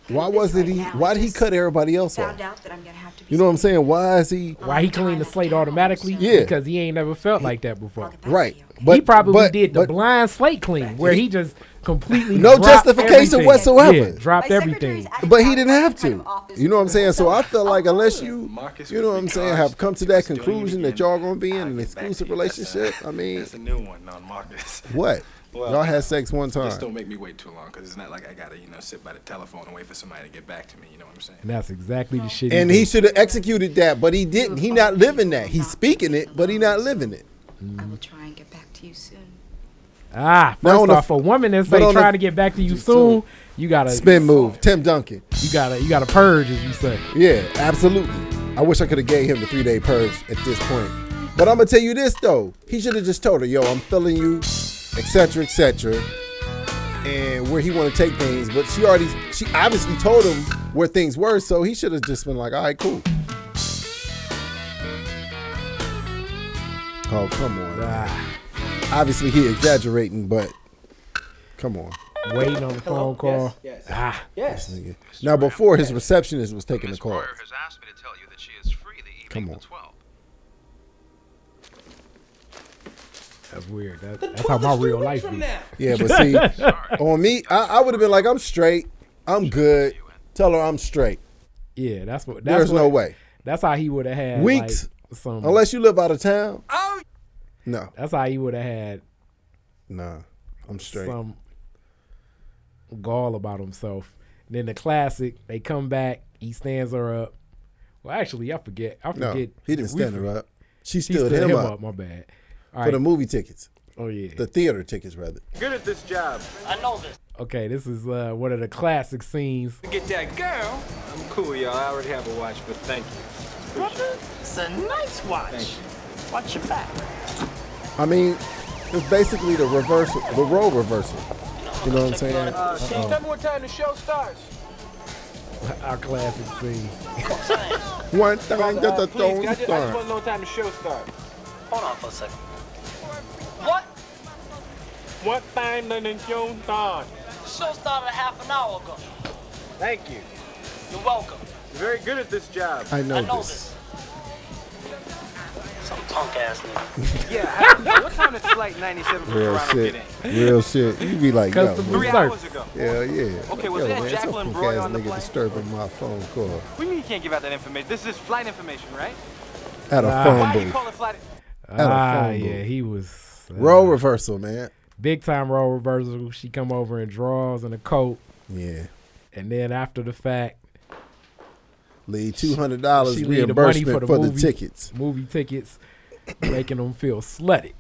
Speaker 4: why was it he? Why did he cut everybody else off?
Speaker 3: Found
Speaker 20: out that I'm gonna have
Speaker 4: You know what I'm saying? Why is he?
Speaker 3: Why he cleaned the slate automatically?
Speaker 4: Yeah.
Speaker 3: because he ain't never felt like that before.
Speaker 4: Right,
Speaker 3: But, he probably
Speaker 4: but-
Speaker 3: did the
Speaker 4: but-
Speaker 3: blind slate clean, where he just completely
Speaker 4: no
Speaker 3: dropped
Speaker 4: justification
Speaker 3: everything.
Speaker 4: whatsoever.
Speaker 3: Yeah, dropped everything.
Speaker 4: But he didn't have to. You know what I'm saying? So I
Speaker 19: Oh,
Speaker 4: feel like unless you, you know what I'm saying, have come to that conclusion that y'all gonna be in an exclusive relationship, I mean,
Speaker 6: That's a new one on Marcus.
Speaker 4: what? Y'all had sex one time.
Speaker 6: Just don't make me wait too long, cause it's not like I gotta, you know, sit by the telephone and wait for somebody to get back to me. You know what I'm saying?
Speaker 3: And that's exactly the shit.
Speaker 4: And
Speaker 3: he,
Speaker 4: he should have executed that, but he didn't. He not living that. He's speaking it, but he not living it.
Speaker 13: I will try and get back to you soon.
Speaker 3: ah,
Speaker 4: Now
Speaker 3: first
Speaker 4: on the-
Speaker 3: off, a woman that's
Speaker 4: but
Speaker 3: like
Speaker 4: on the-
Speaker 3: trying to get back to you soon, you gotta
Speaker 4: Spin move, Tim Duncan.
Speaker 3: You gotta, you gotta purge, as you say.
Speaker 4: Yeah, absolutely. I wish I could have gave him the three day purge at this point. But I'm gonna tell you this though. He should have just told her, "Yo, I'm feeling you, etc., etc." And where he want to take things, but she already, she obviously told him where things were, so he should have just been like, "All right, cool." Oh come on! Ah. Obviously he exaggerating, but come on.
Speaker 3: waiting on the phone call. Ah,
Speaker 4: Yes. Now before his receptionist was taking the call.
Speaker 10: has asked me to tell you that she is free the evening
Speaker 4: Come on.
Speaker 10: of the 12th.
Speaker 3: that's weird. That, that's how my real life is.
Speaker 4: Yeah, but see, on me, I, I would have been like, I'm straight. I'm good. Tell her I'm straight.
Speaker 3: yeah, that's what. That's
Speaker 4: There's no
Speaker 3: what-
Speaker 4: way.
Speaker 3: That's how he would have had
Speaker 4: Weeks.
Speaker 3: like, some.
Speaker 4: Unless you live out of town. No.
Speaker 3: That's how he would have had
Speaker 4: Nah, I'm straight.
Speaker 3: some gall about himself. Then the classic, they come back, he stands her up. Well, actually, I forget. I
Speaker 4: No,
Speaker 3: forget.
Speaker 4: he didn't
Speaker 3: We
Speaker 4: stand her
Speaker 3: forget.
Speaker 4: up. She
Speaker 3: She
Speaker 4: stood him up.
Speaker 3: My bad.
Speaker 4: For
Speaker 3: All
Speaker 4: the
Speaker 3: right.
Speaker 4: movie tickets.
Speaker 3: Oh, yeah.
Speaker 4: The theater tickets, rather.
Speaker 9: Good at this job. I know this.
Speaker 3: Okay, this is uh, one of the classic scenes.
Speaker 9: To get that girl. I'm cool, y'all. I already have a watch, but thank you. Brother, it's a nice watch. Watch your back.
Speaker 4: I mean, it's basically the reversal, the role reversal. You know what I'm saying?
Speaker 9: Uh, change
Speaker 4: Uh-oh.
Speaker 9: that more time. The show starts.
Speaker 3: Our classic scene.
Speaker 4: One time that the
Speaker 9: Uh, please, I
Speaker 4: throne
Speaker 9: just, I just
Speaker 4: star.
Speaker 9: want to know what time the show starts. Hold on for a second.
Speaker 7: What?
Speaker 9: What time does the show start?
Speaker 7: The show started half an hour ago.
Speaker 9: Thank you.
Speaker 7: You're welcome.
Speaker 9: You're very good at this job.
Speaker 4: I know I know this.
Speaker 9: Some punk ass nigga. yeah. I- what time is flight 97 from
Speaker 4: Real
Speaker 9: Toronto
Speaker 4: shit.
Speaker 9: get in?
Speaker 4: Real shit. You be like, yo,
Speaker 9: Customer
Speaker 4: man.
Speaker 9: service. Three hours ago.
Speaker 4: Yeah, yeah.
Speaker 9: Okay, was
Speaker 4: Yo,
Speaker 9: that
Speaker 4: man, some
Speaker 9: Jacqueline
Speaker 4: punk-ass
Speaker 9: Broy on the
Speaker 4: nigga
Speaker 9: plane?
Speaker 4: disturbing my phone call
Speaker 9: What do you mean you can't give out that information? This is flight information, right?
Speaker 4: at a
Speaker 3: Ah.
Speaker 9: Why
Speaker 4: phone
Speaker 9: do you
Speaker 4: booth.
Speaker 9: call it flight?
Speaker 4: At a
Speaker 3: Ah,
Speaker 4: phone
Speaker 3: yeah,
Speaker 4: booth.
Speaker 3: he was uh,
Speaker 4: Role reversal, man.
Speaker 3: big time role reversal. She come over in drawers and a coat,
Speaker 4: Yeah.
Speaker 3: and then after the fact,
Speaker 4: Leave two hundred dollars
Speaker 3: she leave the money
Speaker 4: reimbursement
Speaker 3: for the, movie,
Speaker 4: tickets.
Speaker 3: Movie tickets, making them feel slutty.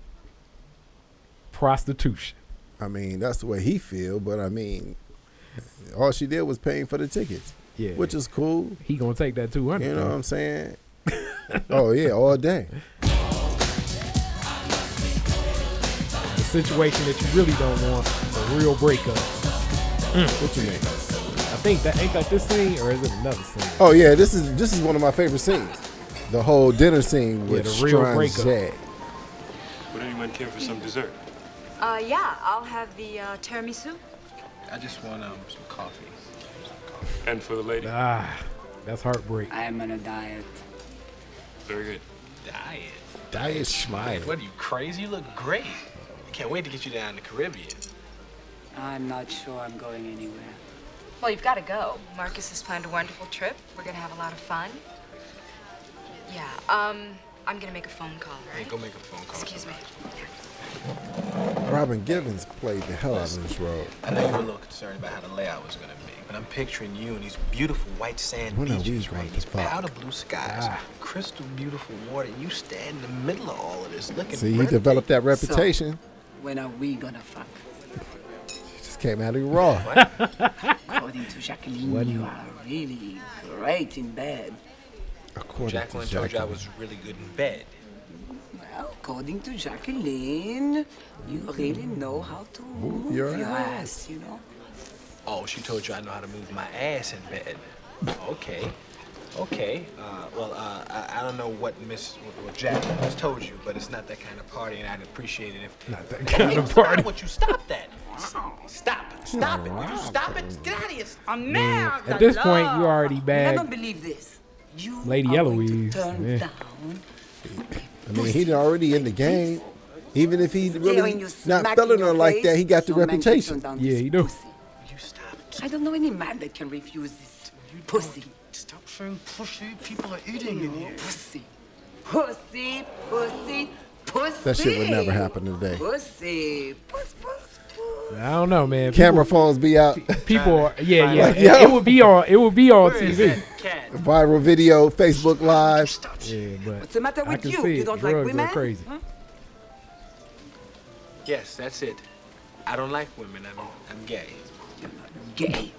Speaker 3: Prostitution.
Speaker 4: I mean, that's the way he feel, but I mean, all she did was paying for the tickets.
Speaker 3: Yeah.
Speaker 4: which is cool.
Speaker 3: He gonna take that two hundred.
Speaker 4: You know what I'm saying? oh yeah, all day.
Speaker 3: The situation that you really don't want, a real breakup.
Speaker 4: What you mean?
Speaker 3: I think that ain't that this scene or is it another scene?
Speaker 4: Oh yeah, this is this is one of my favorite scenes. The whole dinner scene
Speaker 3: Yeah,
Speaker 4: with
Speaker 3: the real
Speaker 4: Strong
Speaker 3: breakup.
Speaker 4: Jack.
Speaker 6: Would anyone care for some dessert?
Speaker 13: Uh, yeah, I'll have the uh, tiramisu.
Speaker 6: I just want um some coffee.
Speaker 10: And for the lady?
Speaker 3: Ah, that's heartbreak.
Speaker 10: I am on a diet. Very good.
Speaker 6: Diet.
Speaker 4: Diet Schmeier.
Speaker 6: What are you crazy? You look great. I can't wait to get you down to the Caribbean.
Speaker 10: I'm not sure I'm going anywhere.
Speaker 13: Well, you've got to go. Marcus has planned a wonderful trip. We're going to have a lot of fun. Yeah, um, I'm going to make a phone call, right?
Speaker 6: go make a phone call.
Speaker 13: Excuse me.
Speaker 4: Robin Givens played the hell out of this role.
Speaker 6: I know you were a little concerned about how the layout was gonna be, but I'm picturing you in these beautiful white sand
Speaker 4: When are we
Speaker 6: beaches,
Speaker 4: going
Speaker 6: right?
Speaker 4: to
Speaker 6: These
Speaker 4: fuck? Ah.
Speaker 6: powder blue skies, crystal beautiful water, and you stand in the middle of all of this looking.
Speaker 4: See, he developed that reputation.
Speaker 10: When are we gonna fuck?
Speaker 4: Just came out of you raw.
Speaker 10: According to Jacqueline,
Speaker 4: What?
Speaker 10: you are really great in bed.
Speaker 4: According
Speaker 6: Jacqueline
Speaker 4: to
Speaker 6: told you I
Speaker 4: Jacqueline.
Speaker 6: was really good in bed.
Speaker 10: Well, according to Jacqueline, you really know how to move
Speaker 6: your
Speaker 10: your,
Speaker 6: ass.
Speaker 10: ass, you know?
Speaker 6: Oh, she told you I know how to move my ass in bed. Okay. Okay. Uh, well, uh, I, I don't know what Miss what Jack has told you, but it's not that kind of party, and I'd appreciate it if
Speaker 3: not that
Speaker 6: Hey,
Speaker 3: kind of
Speaker 6: stop
Speaker 3: party.
Speaker 6: What you stop that? Stop it! Stop it! Will you
Speaker 3: Wow.
Speaker 6: stop it? Get out of here!
Speaker 9: I'm
Speaker 3: Man, at this point, you already
Speaker 9: I
Speaker 3: bagged
Speaker 9: don't believe this. You
Speaker 3: Lady Eloise.
Speaker 9: turn
Speaker 3: Yeah.
Speaker 9: down.
Speaker 4: I mean, he already in the game. Even if he really
Speaker 9: when you
Speaker 4: not
Speaker 9: smack
Speaker 4: feeling
Speaker 9: in
Speaker 4: her
Speaker 9: your
Speaker 4: like that, he got the
Speaker 9: face, your man can
Speaker 4: reputation.
Speaker 9: turn down
Speaker 4: Yeah,
Speaker 3: he do.
Speaker 9: I don't know any man that can refuse this pussy.
Speaker 6: Stop saying pussy. People are eating in here.
Speaker 9: Pussy. Pussy, pussy, pussy.
Speaker 4: That shit would never happen today.
Speaker 9: Pussy, puss, puss.
Speaker 3: I don't know, man.
Speaker 4: Camera phones be out.
Speaker 3: People, are, yeah, yeah.
Speaker 4: Like,
Speaker 3: it,
Speaker 4: yo.
Speaker 3: it would be on. It would be on TV.
Speaker 4: Viral video, Facebook Live.
Speaker 3: Yeah, but
Speaker 9: What's the matter
Speaker 3: I
Speaker 9: with
Speaker 3: can
Speaker 9: you?
Speaker 3: see
Speaker 9: You
Speaker 3: it.
Speaker 9: don't like
Speaker 3: Drugs
Speaker 9: women?
Speaker 3: Are crazy.
Speaker 10: Hmm?
Speaker 9: Huh?
Speaker 6: Yes, that's it. I don't like women. I'm, I'm gay.
Speaker 9: Gay.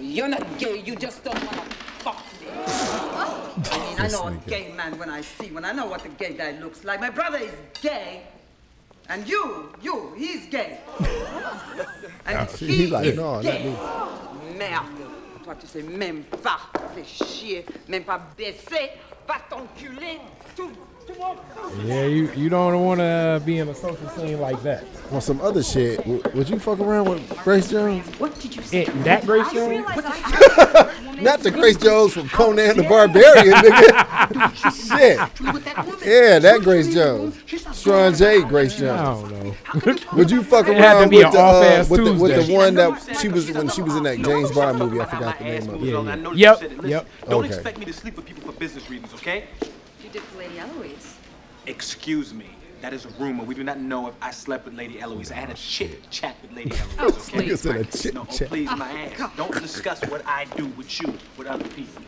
Speaker 9: You're not gay. You just don't want to fuck me. I mean, I
Speaker 6: This
Speaker 9: know a
Speaker 6: nigga.
Speaker 9: gay man when I see one. I know what a gay guy looks like. My brother is gay. And you, you, he's gay.
Speaker 4: Yeah, see, he like,
Speaker 9: is
Speaker 4: no, not
Speaker 9: gay.
Speaker 4: me.
Speaker 9: Merde. Toi, tu sais même pas. Fais chier. Même pas baisser. Pas t'enculer. Tout, tout le monde.
Speaker 3: Yeah, you, you don't want to be in a social scene like that.
Speaker 4: On some other shit, w- would you fuck around with Grace Jones?
Speaker 9: What did you
Speaker 3: It, that Grace Jones?
Speaker 4: Not the Grace Jones
Speaker 3: Oh,
Speaker 4: from Conan the Barbarian, nigga. shit. Yeah, that Grace Jones. Strong J Grace Jones.
Speaker 3: I don't know.
Speaker 4: Would you fuck
Speaker 3: It had to
Speaker 4: around
Speaker 3: be
Speaker 4: with
Speaker 3: an
Speaker 4: the, uh,
Speaker 3: off-ass
Speaker 4: with, the, with
Speaker 3: Tuesday.
Speaker 4: the one that she was when she was in that James Bond movie? I forgot the name of it.
Speaker 6: I know
Speaker 4: Yep,
Speaker 6: you said it. Listen,
Speaker 4: yep.
Speaker 6: Don't
Speaker 4: Okay.
Speaker 6: expect me to sleep with people for business reasons, okay?
Speaker 21: You did with Lady Eloise.
Speaker 6: Excuse me. That is a rumor. We do not know if I slept with Lady Eloise. I had
Speaker 4: Oh,
Speaker 6: a chit chat with Lady Eloise. Okay?
Speaker 4: Nigga Oh, said a chit
Speaker 6: No, oh,
Speaker 4: chat.
Speaker 6: please, my ass. Don't discuss what I do with you with other people.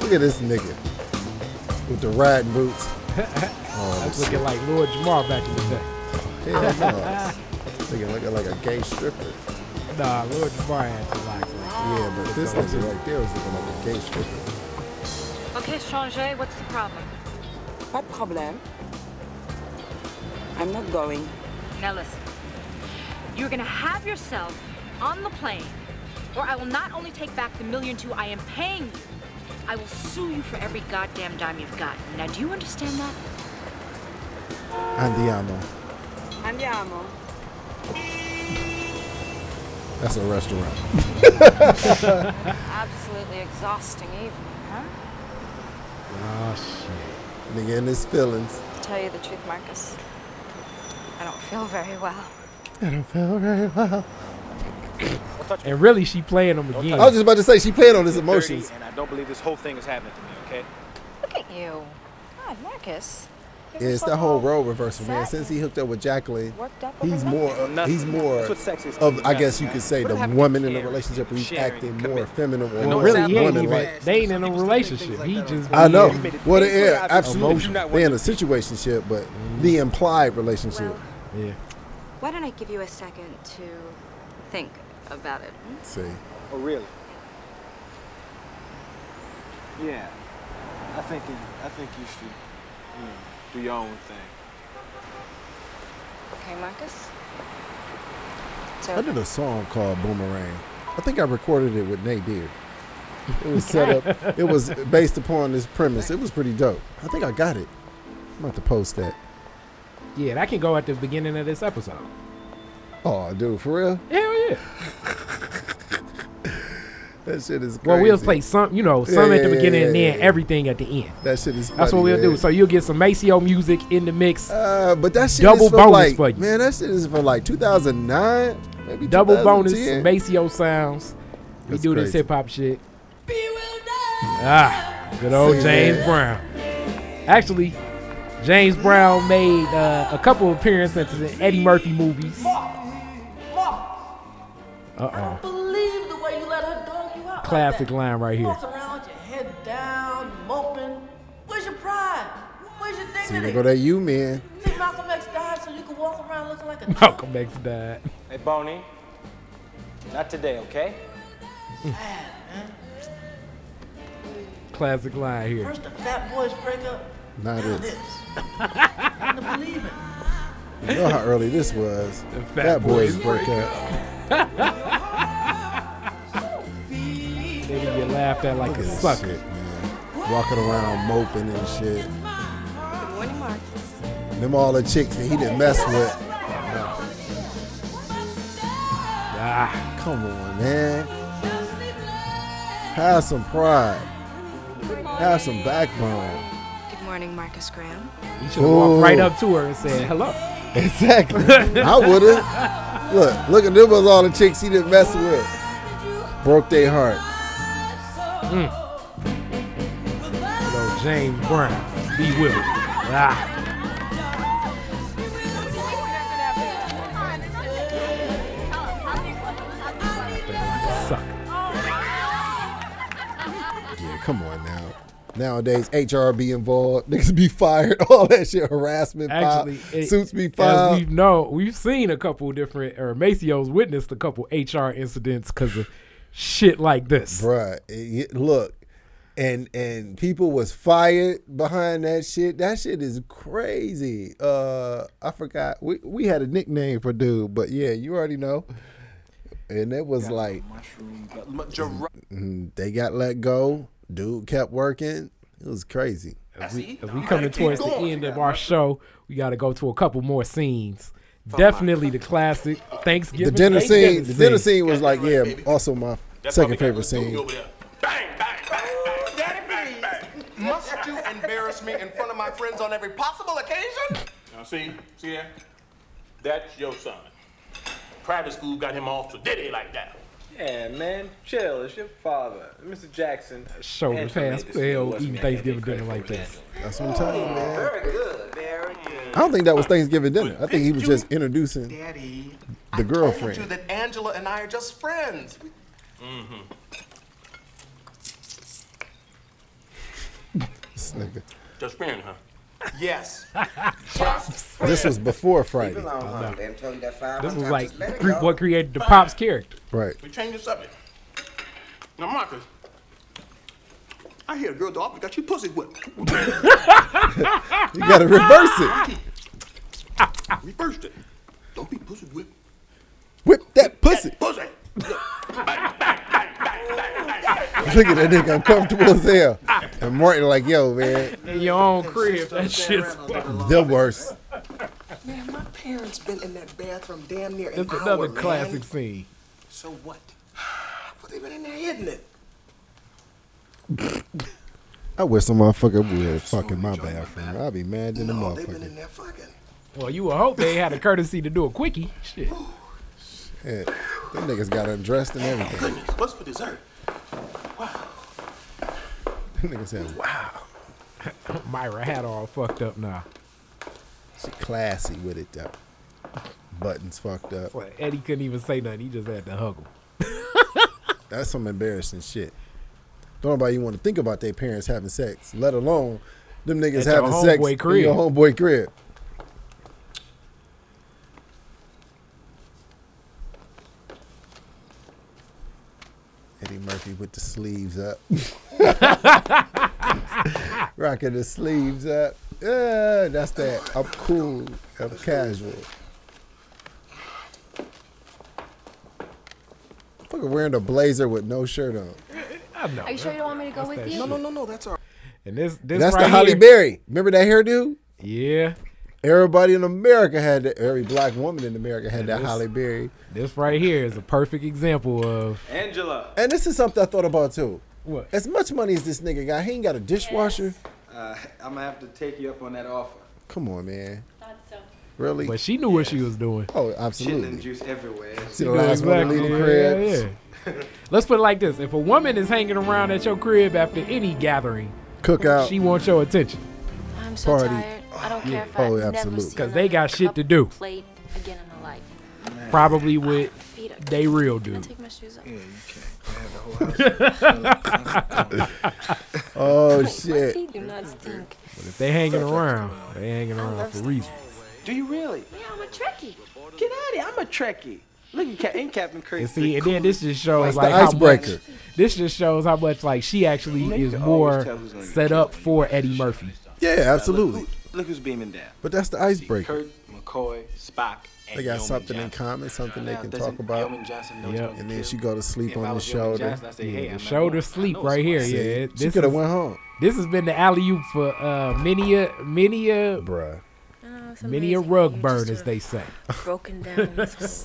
Speaker 4: Look at this nigga with the riding boots. Oh,
Speaker 3: That's
Speaker 4: this
Speaker 3: looking like Lord Jamar back in the day.
Speaker 4: shit. Hell no. Looking like a- like a gay stripper.
Speaker 3: Nah, Lord Jamar had to like.
Speaker 4: Yeah, but this nigga right there was looking like a gay stripper.
Speaker 13: Okay, Stranger, what's the problem?
Speaker 9: Pas de problème. I'm not going.
Speaker 13: Now listen. You're gonna have yourself on the plane, or I will not only take back the million two I am paying you, I will sue you for every goddamn dime you've got. Now, do you understand that?
Speaker 4: Andiamo.
Speaker 9: Andiamo.
Speaker 4: That's a restaurant.
Speaker 13: Absolutely exhausting evening, huh?
Speaker 4: oh shit. Nigga in his feelings.
Speaker 13: To tell you the truth, Marcus, I don't feel very well.
Speaker 4: I don't feel very well.
Speaker 3: And really, she playing them again.
Speaker 4: I was just about to say she playing on his emotions.
Speaker 6: And I don't believe this whole thing is happening to me, okay?
Speaker 13: Look at you. God, Marcus.
Speaker 4: Yeah, it's that whole role reversal, man. Since he hooked up with Jacqueline, he's more uh, he's more
Speaker 6: That's what sex is to me,
Speaker 4: of I guess you
Speaker 6: nothing,
Speaker 4: could
Speaker 6: right?
Speaker 4: say
Speaker 6: What
Speaker 4: the
Speaker 6: happened
Speaker 4: woman
Speaker 6: to
Speaker 4: in the
Speaker 6: caring,
Speaker 4: relationship where he's
Speaker 6: sharing,
Speaker 4: acting more feminine
Speaker 3: Well,
Speaker 4: or more
Speaker 3: really, he ain't
Speaker 4: woman
Speaker 3: even.
Speaker 4: like.
Speaker 3: They ain't in a relationship. He just.
Speaker 4: I know. Well,
Speaker 3: it is
Speaker 4: yeah, absolutely. They in a situationship, but the implied relationship.
Speaker 3: Yeah.
Speaker 21: Why don't I give you a second to think about it? hmm?
Speaker 4: See,
Speaker 6: Oh, really? Yeah. I think you, I think you should you know, do your own thing.
Speaker 21: Okay, Marcus?
Speaker 4: I did a song called Boomerang. I think I recorded it with Nadir. It was set up. It was based upon this premise. It was pretty dope. I think I got it. I'm about to post that.
Speaker 3: Yeah, that can go at the beginning of this episode.
Speaker 4: Oh, dude, for real?
Speaker 3: Hell yeah.
Speaker 4: That shit is crazy.
Speaker 3: Well, we'll play some, you know,
Speaker 4: Yeah,
Speaker 3: some at
Speaker 4: yeah,
Speaker 3: the
Speaker 4: yeah,
Speaker 3: beginning and
Speaker 4: yeah,
Speaker 3: then
Speaker 4: yeah.
Speaker 3: everything at the end.
Speaker 4: That shit is.
Speaker 3: That's what
Speaker 4: funny,
Speaker 3: we'll
Speaker 4: man.
Speaker 3: do. So you'll get some Maceo music in the mix.
Speaker 4: Uh, but that shit
Speaker 3: double
Speaker 4: is from
Speaker 3: bonus
Speaker 4: like,
Speaker 3: for you.
Speaker 4: Man, that shit is from like 2009, maybe
Speaker 3: Double bonus
Speaker 4: 2010.
Speaker 3: Maceo sounds. We
Speaker 4: That's
Speaker 3: do this
Speaker 4: crazy.
Speaker 3: hip hop shit. Ah, good old
Speaker 4: See
Speaker 3: James
Speaker 4: that?
Speaker 3: Brown. Actually, James Brown made uh, a couple appearances in Eddie Murphy movies. Uh oh.
Speaker 7: Believe the way you let her dog you out. like
Speaker 3: Classic
Speaker 7: that.
Speaker 3: line right
Speaker 7: You
Speaker 3: here.
Speaker 7: Walk around with your head down, you moping. Where's your pride? Where's your
Speaker 4: See, there
Speaker 7: dignity?
Speaker 4: go that you, man.
Speaker 7: You think Malcolm X died so you could walk around looking like a
Speaker 3: Malcolm X died.
Speaker 22: Hey, Boney. Not today, okay?
Speaker 3: Classic line here.
Speaker 7: First the fat boys break up.
Speaker 4: Nah, it
Speaker 7: now
Speaker 4: is.
Speaker 7: this. I couldn't believe it.
Speaker 4: You know how early this was.
Speaker 3: Fat
Speaker 4: That boys
Speaker 3: Boys
Speaker 4: break
Speaker 3: break
Speaker 4: up.
Speaker 3: Nigga laughed at like
Speaker 4: Look
Speaker 3: a
Speaker 4: at this
Speaker 3: sucker.
Speaker 4: shit, man. Walking around moping and shit.
Speaker 11: Good morning, Marcus.
Speaker 4: Them all the chicks that he didn't mess with.
Speaker 3: Ah,
Speaker 4: come on, man. Have some pride. Have some backbone.
Speaker 11: Good morning, Marcus Graham.
Speaker 3: He should have walked right
Speaker 4: Ooh.
Speaker 3: up to her and said, hello.
Speaker 4: Exactly. I would've. Look, look at them was all the chicks he didn't mess with. Broke their heart.
Speaker 3: Hello, James Brown. Be with it. Ah.
Speaker 4: Yeah, come on now. Nowadays, HR be involved. Niggas be fired. All that shit. Harassment.
Speaker 3: Actually,
Speaker 4: filed.
Speaker 3: it-
Speaker 4: suits be
Speaker 3: as
Speaker 4: filed.
Speaker 3: We've know we've seen a couple different, or Maceo's witnessed a couple HR incidents because of shit like this.
Speaker 4: Bruh, it- it- look, and and people was fired behind that shit. That shit is crazy. Uh, I forgot. We we had a nickname for dude, but yeah, you already know. And it was like mm, they got let go. Dude kept working. It was crazy.
Speaker 3: As we, as we coming towards the end of our show, we got to go to a couple more scenes.
Speaker 4: Fuck
Speaker 3: Definitely the classic Thanksgiving.
Speaker 4: The dinner scene.
Speaker 3: Thanksgiving
Speaker 4: The dinner scene was like yeah. Also my second favorite scene.
Speaker 9: Must you embarrass me in front of my friends on every possible occasion?
Speaker 23: Now see, see that? That's your son. Private school got him off to Diddy like that.
Speaker 24: Yeah, man, chill. It's your father, Mr. Jackson.
Speaker 3: Shoulder pass. Hell, eating Thanksgiving dinner like this.
Speaker 4: That's what I'm telling you, man. I don't think that was Thanksgiving dinner. I think he was just introducing the
Speaker 9: Told you
Speaker 4: girlfriend.
Speaker 9: that Angela and I are just friends. Mm-hmm.
Speaker 4: This nigga.
Speaker 23: Just friend, huh?
Speaker 9: Yes.
Speaker 4: This was before Friday.
Speaker 23: Leave it alone,
Speaker 3: I know.
Speaker 23: man. Told you that five
Speaker 3: This was
Speaker 23: hundred
Speaker 3: like
Speaker 23: times, let it
Speaker 3: cre-
Speaker 23: go.
Speaker 3: what created the Pop's character.
Speaker 4: Right.
Speaker 23: We change the subject. Now, Marcus,
Speaker 9: I hear a girl dog got your pussy whipped.
Speaker 4: You gotta reverse it.
Speaker 9: Reversed it. Don't be pussy whipped.
Speaker 4: Whip that pussy.
Speaker 9: Pussy.
Speaker 4: Look at that nigga uncomfortable as hell. And Martin like, yo, man,
Speaker 3: In your own crib. That shit's fucking.
Speaker 4: the worst.
Speaker 9: Man, my parents been in that bathroom damn near an
Speaker 3: That's
Speaker 9: hour,
Speaker 3: another
Speaker 9: man.
Speaker 3: classic scene.
Speaker 9: So what? Well, they been in there hitting it.
Speaker 4: I wish some motherfucker would fuck in my bathroom. I'd be mad than the motherfucker.
Speaker 3: Well, you would hope they had the courtesy to do a quickie. Shit.
Speaker 4: Yeah. Them niggas got undressed and everything.
Speaker 23: Oh, what's for dessert?
Speaker 4: Them niggas said, wow.
Speaker 3: Myra had all fucked up now.
Speaker 4: She classy with it though. Buttons fucked up.
Speaker 3: Well, Eddie couldn't even say nothing. He just had to hug him.
Speaker 4: That's some embarrassing shit. Don't nobody want to think about their parents having sex, let alone them niggas
Speaker 3: At your
Speaker 4: having sex
Speaker 3: homeboy
Speaker 4: in your
Speaker 3: crib.
Speaker 4: homeboy crib. Eddie Murphy with the sleeves up. Rocking the sleeves up. Yeah, that's that. I'm cool. I'm casual. Fucking wearing a blazer with no shirt on.
Speaker 3: I know.
Speaker 25: Are you sure you don't want me to go with you?
Speaker 9: No, no, no, no. That's all.
Speaker 3: And this, this
Speaker 4: That's
Speaker 3: right
Speaker 4: the Holly
Speaker 3: here-
Speaker 4: Berry. Remember that hairdo?
Speaker 3: Yeah.
Speaker 4: Everybody in America had that. Every black woman in America had
Speaker 3: And
Speaker 4: that
Speaker 3: this-
Speaker 4: Holly Berry.
Speaker 3: This right here is a perfect example of
Speaker 4: Angela. And this is something I thought about too.
Speaker 3: What?
Speaker 4: As much money as this nigga got, he ain't got a dishwasher.
Speaker 24: Uh, I'm gonna have to take you up on that offer.
Speaker 4: Come on, man. Really?
Speaker 3: But she knew what she was doing.
Speaker 4: Oh,
Speaker 24: Shitting
Speaker 4: absolutely.
Speaker 24: and juice everywhere.
Speaker 4: See the last one to leave the cribs.
Speaker 3: Let's put it like this: If a woman is hanging around at your crib after any gathering,
Speaker 4: Cookout.
Speaker 3: she wants your attention
Speaker 26: I'm so
Speaker 3: Party.
Speaker 26: tired. I don't care
Speaker 3: Yeah.
Speaker 26: if I
Speaker 3: Oh,
Speaker 26: never
Speaker 3: absolutely.
Speaker 26: see
Speaker 3: 'Cause
Speaker 26: another
Speaker 3: they got shit
Speaker 26: cup
Speaker 3: to do.
Speaker 26: Plate again in my life.
Speaker 3: probably with
Speaker 26: Feet are-
Speaker 3: they real
Speaker 26: Can I
Speaker 3: dude.
Speaker 26: take my shoes off?
Speaker 4: oh shit!
Speaker 26: Feet do not stink.
Speaker 3: But if they hanging around, they hanging around for reasons.
Speaker 24: Do you really? Yeah, I'm a Trekkie. Get out of here. I'm a Trekkie. Look at Cap- ain't Captain Kirk.
Speaker 3: And see, and then this just shows
Speaker 4: That's the
Speaker 3: like how much,
Speaker 4: icebreaker.
Speaker 3: This just shows how much like she actually is more set up for Eddie Murphy.
Speaker 4: Yeah, absolutely.
Speaker 24: Look who's beaming down.
Speaker 4: But that's the icebreaker.
Speaker 24: Kirk, McCoy, Spock,
Speaker 4: They got something in common, something they can talk about.
Speaker 3: Yep.
Speaker 4: And then she go to sleep on his shoulder.
Speaker 3: Yeah, the shoulder sleep right here.
Speaker 4: See,
Speaker 3: yeah, it-
Speaker 4: she
Speaker 3: this
Speaker 4: could have
Speaker 3: is-
Speaker 4: went home.
Speaker 3: This has been the alley oop for uh, many a many a
Speaker 4: bruh,
Speaker 3: many a rug burn, as they say.
Speaker 18: broken down.
Speaker 4: This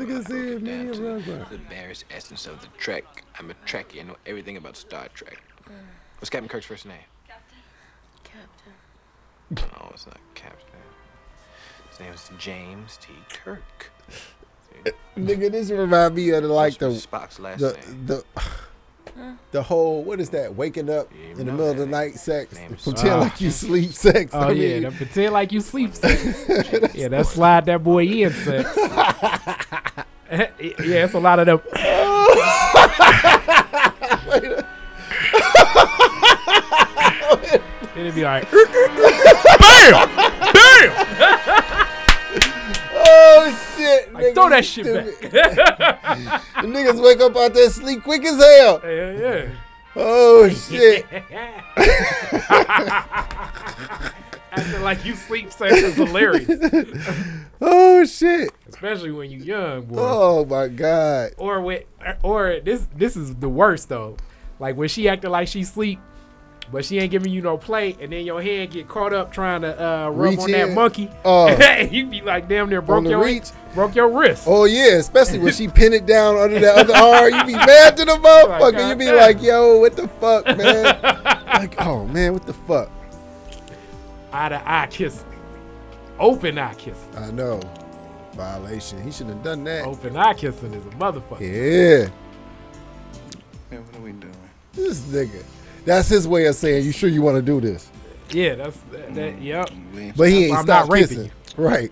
Speaker 4: nigga said many a rug burn.
Speaker 1: The barest essence of the Trek. I'm a Trekkie. I know everything about Star Trek. What's Captain Kirk's first name?
Speaker 18: Captain.
Speaker 1: No, it's not Captain. His name is James T. Kirk.
Speaker 4: Nigga, this remind me of the, like the
Speaker 1: Spock's last
Speaker 4: the
Speaker 1: name.
Speaker 4: the. The whole what is that? Waking up in the middle of the night sex, pretend
Speaker 3: Ah.
Speaker 4: like you sleep sex.
Speaker 3: Oh
Speaker 4: I
Speaker 3: yeah,
Speaker 4: mean,
Speaker 3: that pretend like you sleep sex. yeah, that slide that boy in sex. yeah, it's a lot of them. It'd be like, bam,
Speaker 4: oh shit!
Speaker 3: Like, throw that shit
Speaker 4: back. niggas wake up out there sleep quick as hell.
Speaker 3: Yeah, yeah.
Speaker 4: Oh shit!
Speaker 3: Acting like you sleep sex is hilarious,
Speaker 4: oh shit!
Speaker 3: especially when you young, boy.
Speaker 4: Oh my god!
Speaker 3: Or with, or this this is the worst though. Like when she acting like she sleep, but she ain't giving you no play, and then your hand get caught up trying to uh, rub
Speaker 4: Reach
Speaker 3: on that
Speaker 4: in.
Speaker 3: monkey.
Speaker 4: Oh.
Speaker 3: And you be like damn near broke
Speaker 4: the
Speaker 3: your
Speaker 4: reach.
Speaker 3: broke your wrist.
Speaker 4: Oh yeah, especially when she pin it down under that other arm, you be mad to the motherfucker. you be
Speaker 3: goddamn.
Speaker 4: like, yo, what the fuck, man? like, oh man, what the fuck?
Speaker 3: Eye to eye kiss, open eye kiss,
Speaker 4: I know. Violation. He should have done that.
Speaker 3: open eye kissing is a motherfucker.
Speaker 4: Yeah.
Speaker 1: Man, what are we doing?
Speaker 4: This nigga. That's his way of saying, you sure you want to do this?
Speaker 3: Yeah, that's that. that yep.
Speaker 4: But he
Speaker 3: That's
Speaker 4: ain't
Speaker 3: why I'm
Speaker 4: stopped
Speaker 3: not raping
Speaker 4: kissing.
Speaker 3: you.
Speaker 4: Right.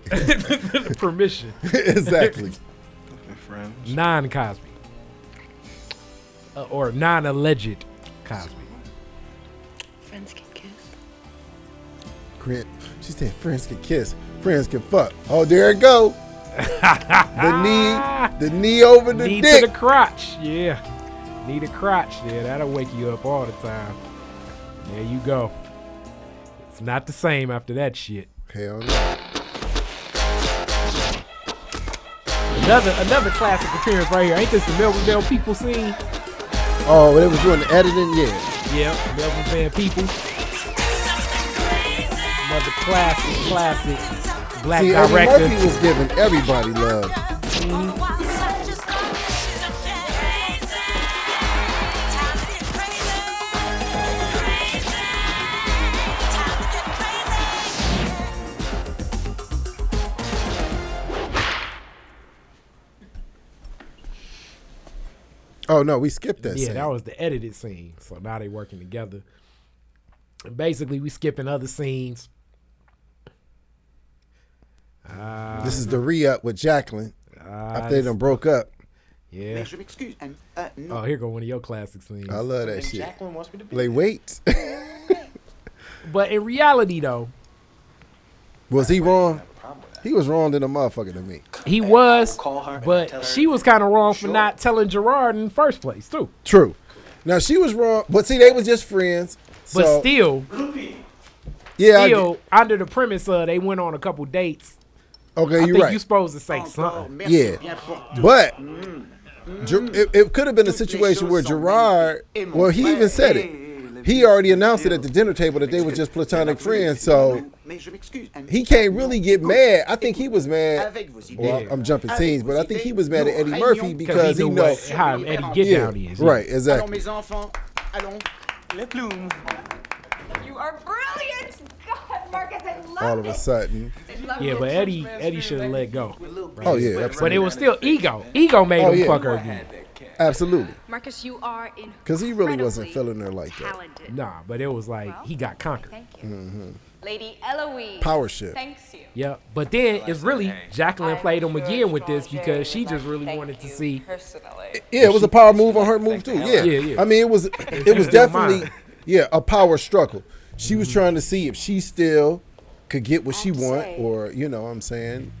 Speaker 3: Permission.
Speaker 4: exactly.
Speaker 3: Non Cosby. Uh, or non alleged Cosby.
Speaker 18: Friends can kiss.
Speaker 4: Crit. She said, friends can kiss. Friends can fuck. Oh, there it go. the knee, the knee over the
Speaker 3: Knee
Speaker 4: dick.
Speaker 3: to the crotch. Yeah. Knee to crotch. Yeah, that'll wake you up all the time. There you go. It's not the same after that shit.
Speaker 4: Hell no.
Speaker 3: Another another classic appearance right here. Ain't this the Melvin Bell people scene?
Speaker 4: oh, when they was doing the editing, yeah.
Speaker 3: Yep, Melvin Van People. Another classic, classic black
Speaker 4: See, Eddie
Speaker 3: director.
Speaker 4: Murphy was giving everybody love. Oh no, we skipped that.
Speaker 3: yeah,
Speaker 4: scene.
Speaker 3: that was the edited scene. So now they working together. And basically, we skipping other scenes. Uh,
Speaker 4: This is the re up with Jacqueline after they done broke up.
Speaker 3: yeah.
Speaker 2: excuse and uh,
Speaker 3: Oh, here go one of your classic scenes.
Speaker 4: I love that shit.
Speaker 2: Jacqueline wants me to be
Speaker 4: Like, wait,
Speaker 3: But in reality, though,
Speaker 4: was he wrong? He was wrong than a motherfucker to me.
Speaker 3: he was. But she was kind of wrong for not telling Gerard in the first place, too.
Speaker 4: True. Now she was wrong, but see, they was just friends.
Speaker 3: But
Speaker 4: so-
Speaker 3: still,
Speaker 4: yeah, I
Speaker 3: still under the premise of they went on a couple dates.
Speaker 4: get- okay,
Speaker 3: I
Speaker 4: you're
Speaker 3: think
Speaker 4: right.
Speaker 3: you supposed to
Speaker 6: Oh,
Speaker 3: say something.
Speaker 4: yeah, but Ger- it, it could have been a situation where Gerard, well, he even said it. He already announced it at the dinner table that they were just platonic friends, so he can't really get mad. I think he was mad. Well, I'm jumping scenes, but I think he was mad at Eddie Murphy because he
Speaker 3: knew
Speaker 4: know
Speaker 3: what- how Eddie get
Speaker 4: Yeah,
Speaker 3: down is.
Speaker 4: Right, exactly.
Speaker 2: mes enfants, allons, le plume.
Speaker 25: You are brilliant! God, Marcus, I love
Speaker 4: All of a sudden,
Speaker 3: Yeah, but Eddie Eddie should have let go.
Speaker 4: Oh, yeah,
Speaker 3: But
Speaker 4: absolutely.
Speaker 3: it was still ego. Ego made
Speaker 4: Oh,
Speaker 3: him
Speaker 4: yeah.
Speaker 3: fuck her again.
Speaker 4: absolutely,
Speaker 27: Marcus, you are in.
Speaker 4: because he really wasn't feeling her like that.
Speaker 3: Nah, but it was like he got conquered.
Speaker 4: hmm
Speaker 27: Lady Eloise.
Speaker 4: Power shift.
Speaker 27: Thanks you.
Speaker 3: Yeah, but then it's really Jacqueline played him again with this because she just really wanted to see.
Speaker 13: Oh,
Speaker 4: Yeah, it was a power move on her move too. Yeah.
Speaker 3: Yeah, yeah.
Speaker 4: I mean, it was it was
Speaker 3: Mine.
Speaker 4: definitely yeah a power struggle. She was trying to see if she still could get what she want, or you know, what I'm saying.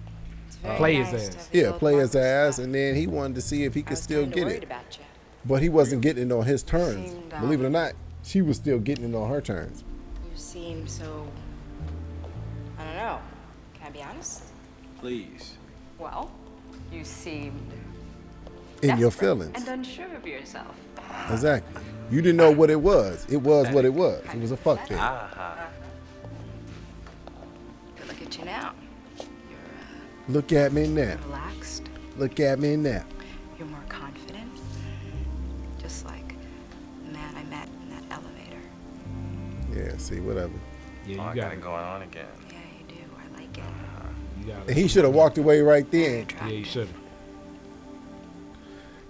Speaker 3: very Play his nice to ass. have
Speaker 4: Yeah, play his ass, and then he wanted to see if he could still get it. But he wasn't getting it on his terms.
Speaker 11: Seemed, um,
Speaker 4: Believe it or not, she was still getting it on her terms.
Speaker 11: You seem so. I don't know. Kind
Speaker 13: be honest?
Speaker 5: Please.
Speaker 13: Well, you seemed
Speaker 4: in your
Speaker 13: desperate
Speaker 4: feelings.
Speaker 13: and unsure of yourself.
Speaker 4: Exactly. You didn't know what it was. It was what it was. It was a fuck thing.
Speaker 13: But look at you now. uh,
Speaker 4: Look at me now.
Speaker 13: Relaxed.
Speaker 4: Look at me now.
Speaker 13: You're more confident. Just like the man I met in that elevator.
Speaker 4: Yeah. See, whatever.
Speaker 3: Yeah, you
Speaker 5: Oh, I got it going on again.
Speaker 4: And he should have walked away right then.
Speaker 3: Yeah, you should.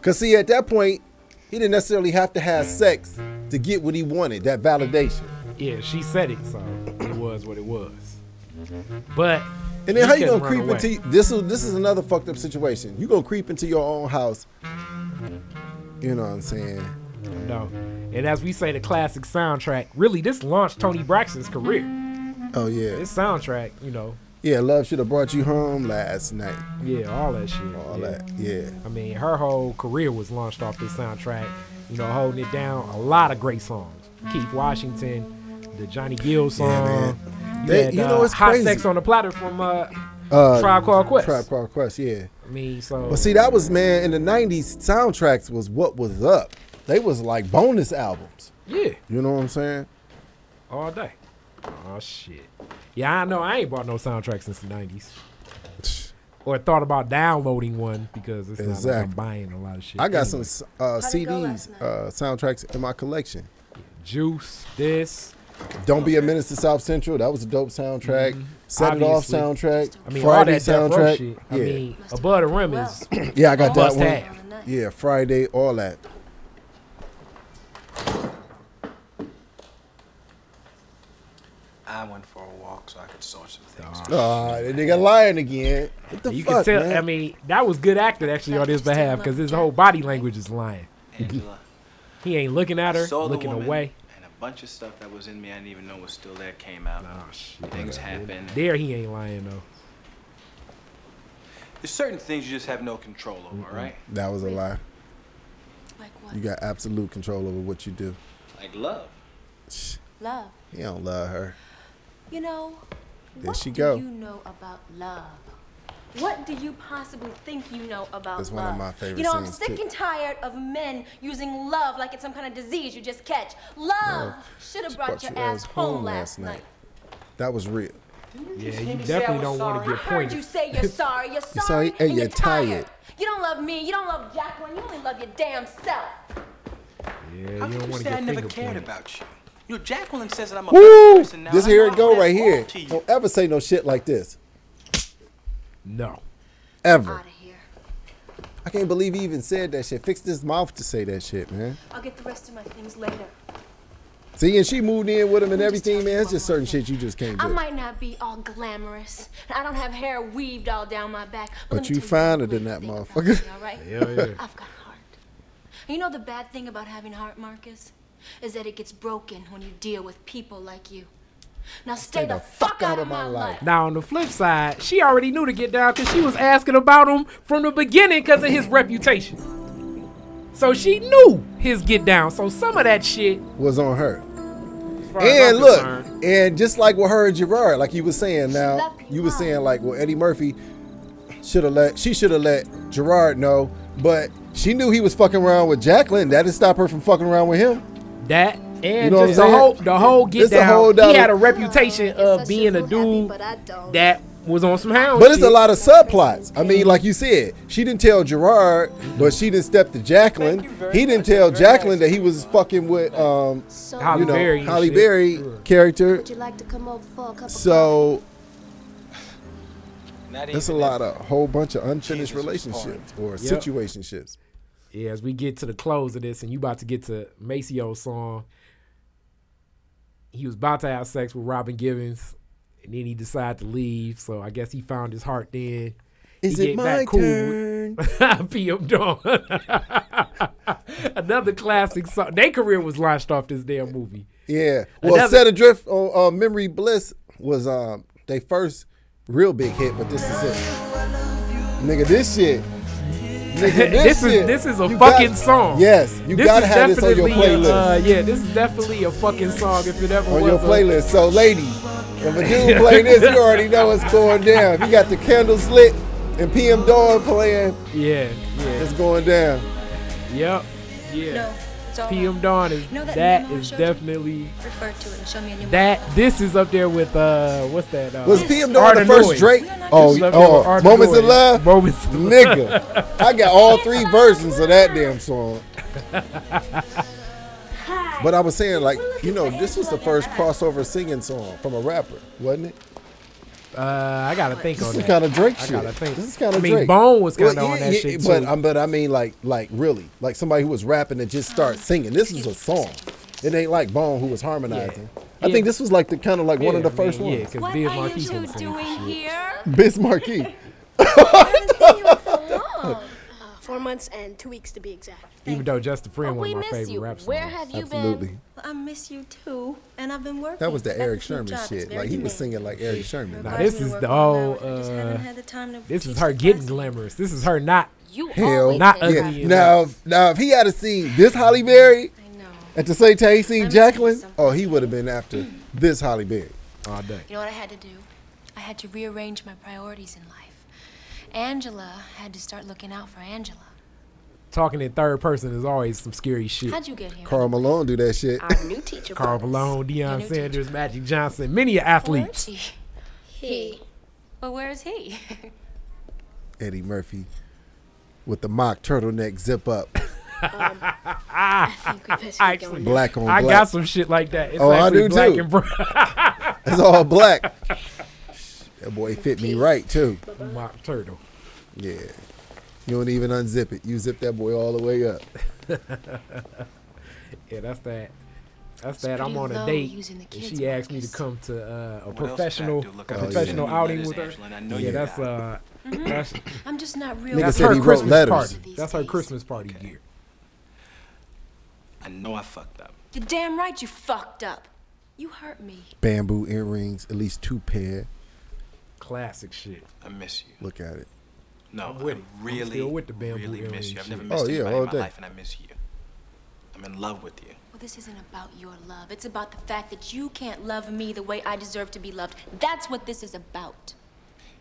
Speaker 4: Cause see, at that point, he didn't necessarily have to have sex to get what he wanted. That validation.
Speaker 3: Yeah, she said it, so it was what it was. But
Speaker 4: And then how you
Speaker 3: couldn't
Speaker 4: gonna
Speaker 3: run
Speaker 4: creep
Speaker 3: away.
Speaker 4: into this? Is this is another fucked up situation. You gonna creep into your own house. You know what I'm saying?
Speaker 3: No. And as we say, the classic soundtrack. Really, this launched Tony Braxton's career.
Speaker 4: Oh yeah.
Speaker 3: This soundtrack, you know.
Speaker 4: Yeah, love should have brought you home last night.
Speaker 3: Yeah, all that shit.
Speaker 4: All
Speaker 3: yeah.
Speaker 4: that. Yeah.
Speaker 3: I mean, her whole career was launched off this soundtrack. You know, holding it down. A lot of great songs. Keith Washington, the Johnny Gill song. You,
Speaker 4: They-
Speaker 3: had,
Speaker 4: you know,
Speaker 3: uh,
Speaker 4: it's
Speaker 3: Hot
Speaker 4: crazy.
Speaker 3: Sex on the Platter from uh,
Speaker 4: Uh,
Speaker 3: Tribe Called Quest.
Speaker 4: Tribe Called Quest. Yeah.
Speaker 3: I mean, so.
Speaker 4: But see, that was man in the '90s. Soundtracks was what was up. They was like bonus albums.
Speaker 3: Yeah.
Speaker 4: You know what I'm saying?
Speaker 3: All day. Oh shit. Yeah, I know. I ain't bought no soundtrack since the nineties. Or thought about downloading one because it's not like I'm
Speaker 4: Exactly.
Speaker 3: buying a lot of shit.
Speaker 4: I got
Speaker 3: anyway.
Speaker 4: some uh, CDs, uh, soundtracks in my collection.
Speaker 3: Juice, this.
Speaker 4: Don't be a menace to South Central. That was a dope soundtrack. Set
Speaker 3: Mm-hmm. Obviously.
Speaker 4: it off soundtrack.
Speaker 3: I mean,
Speaker 4: Friday
Speaker 3: all that Death
Speaker 4: soundtrack.
Speaker 3: Row shit. I
Speaker 4: yeah.
Speaker 3: mean, above the rim is.
Speaker 4: yeah, I got that
Speaker 3: must
Speaker 4: one.
Speaker 3: have.
Speaker 4: Yeah, Friday, all that.
Speaker 5: I went for a walk so I could sort some things.
Speaker 4: Ah, that nigga lying again. What the
Speaker 3: You
Speaker 4: fuck,
Speaker 3: can tell.
Speaker 4: man?
Speaker 3: I mean, that was good acting actually on his behalf because his whole body language is lying.
Speaker 5: Angela.
Speaker 3: he ain't looking at her,
Speaker 5: Saw the
Speaker 3: looking
Speaker 5: woman,
Speaker 3: away.
Speaker 5: And a bunch of stuff that was in me I didn't even know was still there came out. Things happen.
Speaker 3: There, he ain't lying though.
Speaker 5: There's certain things you just have no control over, right?
Speaker 4: that was a lie.
Speaker 5: Like
Speaker 4: You got absolute control over what you do.
Speaker 5: Like love.
Speaker 26: Love.
Speaker 4: He don't love her.
Speaker 26: You know,
Speaker 4: There
Speaker 26: what
Speaker 4: she
Speaker 26: do
Speaker 4: go.
Speaker 26: you know about love? What do you possibly think you know about
Speaker 4: That's
Speaker 26: love?
Speaker 4: one of my favorite
Speaker 26: You know, I'm
Speaker 4: scenes,
Speaker 26: sick
Speaker 4: too.
Speaker 26: and tired of men using love like it's some kind of disease you just catch. Love
Speaker 4: Love
Speaker 26: should have
Speaker 4: brought
Speaker 26: brought your ass home last night.
Speaker 4: That was real.
Speaker 3: Yeah, you definitely don't want to
Speaker 26: I
Speaker 3: get
Speaker 26: heard
Speaker 3: pointed.
Speaker 26: you say you're sorry. You're
Speaker 4: You
Speaker 26: sorry.
Speaker 4: saw, hey, you're tired.
Speaker 26: You don't love me. You don't love Jacqueline. You only love your damn self.
Speaker 3: Yeah,
Speaker 5: How
Speaker 3: you
Speaker 5: can
Speaker 3: don't
Speaker 5: you
Speaker 3: want
Speaker 5: say
Speaker 3: to
Speaker 5: I
Speaker 3: get
Speaker 5: never
Speaker 3: finger
Speaker 5: cared
Speaker 3: pointed.
Speaker 5: about you? You know, Jacqueline says that I'm a bad
Speaker 4: Woo!
Speaker 5: person now.
Speaker 4: This
Speaker 5: and I
Speaker 4: here
Speaker 5: know
Speaker 4: it go
Speaker 5: that's
Speaker 4: right
Speaker 5: all
Speaker 4: here.
Speaker 5: to you.
Speaker 4: Don't ever say no shit like this.
Speaker 3: No.
Speaker 4: Ever. I can't believe he even said that shit. Fix his mouth to say that shit, man.
Speaker 26: I'll get the rest of my things later.
Speaker 4: See, and she moved in with him and everything, man. It's just certain shit you just can't
Speaker 26: I
Speaker 4: do.
Speaker 26: might not be all glamorous, and I don't have hair weaved all down my back. let
Speaker 4: But
Speaker 26: me
Speaker 4: you
Speaker 26: tell
Speaker 4: finer than that motherfucker.
Speaker 26: you, all right? I've got heart. You know the bad thing about having heart, Marcus, is that it gets broken when you deal with people like you. Now stay, the, fuck out of my life.
Speaker 3: Now on the flip side, she already knew to get down because she was asking about him from the beginning because of his reputation. So she knew his get down. So some of that shit.
Speaker 4: Was on her.
Speaker 3: far as
Speaker 4: And
Speaker 3: I'm
Speaker 4: look,
Speaker 3: concerned,
Speaker 4: and just like with her and Gerard, like you was saying now, you was saying like, well, Eddie Murphy should have let, she should have let Gerard know, but she knew he was fucking around with Jacqueline. That didn't stop her from fucking around with him.
Speaker 3: that and
Speaker 4: know what
Speaker 3: just
Speaker 4: I'm
Speaker 3: the
Speaker 4: saying?
Speaker 3: whole the whole get
Speaker 4: It's a
Speaker 3: down.
Speaker 4: whole
Speaker 3: he
Speaker 4: dollar-
Speaker 3: had a reputation of being a dude that was on some hound.
Speaker 4: But it's a
Speaker 3: shit.
Speaker 4: lot of subplots. I mean, like you said, she didn't tell Gerard, but she didn't step to Jacqueline. He didn't tell Jacqueline that he was fucking with um,
Speaker 3: Halle
Speaker 4: you know,
Speaker 3: Berry and
Speaker 4: Halle
Speaker 3: shit.
Speaker 4: Berry character.
Speaker 26: Would you like to come over for a cup of
Speaker 4: So
Speaker 5: Not
Speaker 4: it's a
Speaker 5: even
Speaker 4: lot of whole bunch of unfinished
Speaker 5: Jesus was
Speaker 4: relationships or
Speaker 3: Yep.
Speaker 4: situationships.
Speaker 3: Yeah, as we get to the close of this, and you about to get to Maceo's song. He was about to have sex with Robin Givens, and then he decided to leave. So I guess he found his heart then.
Speaker 4: Is
Speaker 3: he get
Speaker 4: it my
Speaker 3: back
Speaker 4: turn?
Speaker 3: With PM Dawn. Another classic song. Their career was launched off this damn movie.
Speaker 4: Yeah. Well,
Speaker 3: Another-
Speaker 4: Set Adrift on uh, Memory Bliss was um they first real big hit, but this is it. Nigga, this shit. Nigga,
Speaker 3: this, is
Speaker 4: shit.
Speaker 3: this is a
Speaker 4: You
Speaker 3: fucking
Speaker 4: got-
Speaker 3: song.
Speaker 4: Yes, you
Speaker 3: This
Speaker 4: gotta
Speaker 3: is
Speaker 4: have this on your
Speaker 3: definitely a-
Speaker 4: playlist.
Speaker 3: Uh, yeah, this is definitely a fucking song if it ever
Speaker 4: on
Speaker 3: was
Speaker 4: your
Speaker 3: a-
Speaker 4: playlist. So, lady, If a dude play this, you already know it's going down. If you got the candles lit and PM Dawn playing,
Speaker 3: yeah,
Speaker 4: it's going down.
Speaker 3: Yep. Yeah.
Speaker 13: No, it's all
Speaker 3: PM
Speaker 13: right.
Speaker 3: Dawn is
Speaker 13: No, that
Speaker 3: that
Speaker 13: memo I
Speaker 3: is
Speaker 13: showed you.
Speaker 3: definitely
Speaker 13: Refer to it and show me a new
Speaker 3: that. This is up there with uh, what's that? Uh,
Speaker 4: Was PM Dawn the
Speaker 3: Art of
Speaker 4: first
Speaker 3: Noise.
Speaker 4: Drake?
Speaker 3: This is
Speaker 4: Oh,
Speaker 3: up there with
Speaker 4: oh
Speaker 3: Art of
Speaker 4: Moments in
Speaker 3: Noise.
Speaker 4: Love?
Speaker 3: Moments in Love.
Speaker 4: Nigga. I got all three versions of that damn song. But I was saying, like, you know, this was the first crossover singing song from a rapper, wasn't it?
Speaker 3: Uh, I gotta think
Speaker 4: This
Speaker 3: on
Speaker 4: is
Speaker 3: that.
Speaker 4: kind of Drake
Speaker 3: I
Speaker 4: shit.
Speaker 3: gotta think.
Speaker 4: This is kind
Speaker 3: I
Speaker 4: of
Speaker 3: mean,
Speaker 4: Drake.
Speaker 3: Bone was kind of
Speaker 4: Well,
Speaker 3: on
Speaker 4: yeah,
Speaker 3: that
Speaker 4: yeah,
Speaker 3: shit too.
Speaker 4: But um, but I mean, like like really, like somebody who was rapping and just start singing. This was a song. It ain't like Bone who was harmonizing. I
Speaker 3: Yeah.
Speaker 4: think this was like the kind of like one of
Speaker 3: Yeah,
Speaker 4: the
Speaker 3: I mean,
Speaker 4: first
Speaker 3: Yeah,
Speaker 4: ones.
Speaker 3: because Biz Marquis was doing here.
Speaker 4: Biz Marquis.
Speaker 7: Four months and two weeks to be exact.
Speaker 3: Even though Just a Friend, one of my favorite rap songs.
Speaker 4: Absolutely.
Speaker 11: Well, I miss you too, and I've been working.
Speaker 4: That was the
Speaker 11: Got
Speaker 4: Eric
Speaker 11: this new
Speaker 4: Sherman
Speaker 11: job. It's
Speaker 4: shit.
Speaker 11: very
Speaker 4: Like he was
Speaker 11: demanding.
Speaker 4: singing like Eric Sherman.
Speaker 3: Now this is the whole. Uh, this is her getting glamorous. This is her not.
Speaker 4: You
Speaker 3: hell
Speaker 4: always
Speaker 3: not
Speaker 4: been
Speaker 3: ugly.
Speaker 4: Yeah. Now, if, now if he had seen this Holly Berry at the same time he seen Jacqueline, oh, he would have been after this Holly Berry
Speaker 3: Oh,
Speaker 4: all day.
Speaker 13: You know what I had to do? I had to rearrange my priorities in life. Angela had to start looking out for Angela.
Speaker 3: Talking in third person is always some scary shit.
Speaker 13: How'd you get here?
Speaker 4: Carl Malone do that shit.
Speaker 13: new teacher.
Speaker 3: Carl Malone,
Speaker 13: Your
Speaker 3: Deion
Speaker 13: new
Speaker 3: Sanders, Magic Johnson, many athletes.
Speaker 13: He. he. Well, where is he?
Speaker 4: Eddie Murphy with the mock turtleneck zip up.
Speaker 3: Actually,
Speaker 4: Black on
Speaker 3: I
Speaker 4: black.
Speaker 3: got some shit like that. It's
Speaker 4: Oh, I
Speaker 3: actually
Speaker 4: do
Speaker 3: black
Speaker 4: too.
Speaker 3: and brown.
Speaker 4: It's all black. That boy fit me right too.
Speaker 3: Mock turtle.
Speaker 4: Yeah. You don't even unzip it. You zip that boy all the way up.
Speaker 3: Yeah, that's that. That's
Speaker 13: It's
Speaker 3: that. I'm
Speaker 13: pretty
Speaker 3: on a
Speaker 13: low
Speaker 3: date,
Speaker 13: using the
Speaker 3: and
Speaker 13: kids'
Speaker 3: she asked me to come to uh, a
Speaker 13: What else
Speaker 6: can I
Speaker 3: professional,
Speaker 6: do?
Speaker 3: a
Speaker 6: Look
Speaker 4: up
Speaker 3: professional
Speaker 4: these
Speaker 3: outing
Speaker 4: letters,
Speaker 3: with her.
Speaker 6: Angela, and I know
Speaker 3: yeah,
Speaker 6: you
Speaker 3: that's
Speaker 6: got
Speaker 3: uh,
Speaker 13: Mm-hmm.
Speaker 3: that's
Speaker 13: I'm just not real.
Speaker 3: that's
Speaker 4: said
Speaker 3: her
Speaker 4: he wrote
Speaker 3: Christmas
Speaker 4: letters.
Speaker 3: party. That's her Christmas party gear.
Speaker 6: I know I fucked up.
Speaker 13: You're damn right you fucked up. You hurt me.
Speaker 4: Bamboo earrings, at least two pair.
Speaker 3: Classic shit.
Speaker 6: I miss you.
Speaker 4: Look at it.
Speaker 6: No,
Speaker 3: I'm with
Speaker 6: I
Speaker 3: it. I'm
Speaker 6: really,
Speaker 3: still with the bamboo
Speaker 6: really miss
Speaker 3: earring
Speaker 6: you. I've never
Speaker 3: shit.
Speaker 6: missed
Speaker 4: Oh, yeah,
Speaker 6: anybody
Speaker 4: all
Speaker 6: in my
Speaker 4: day.
Speaker 6: life, and I miss you. I'm in love with you.
Speaker 13: Well, this isn't about your love. It's about the fact that you can't love me the way I deserve to be loved. That's what this is about.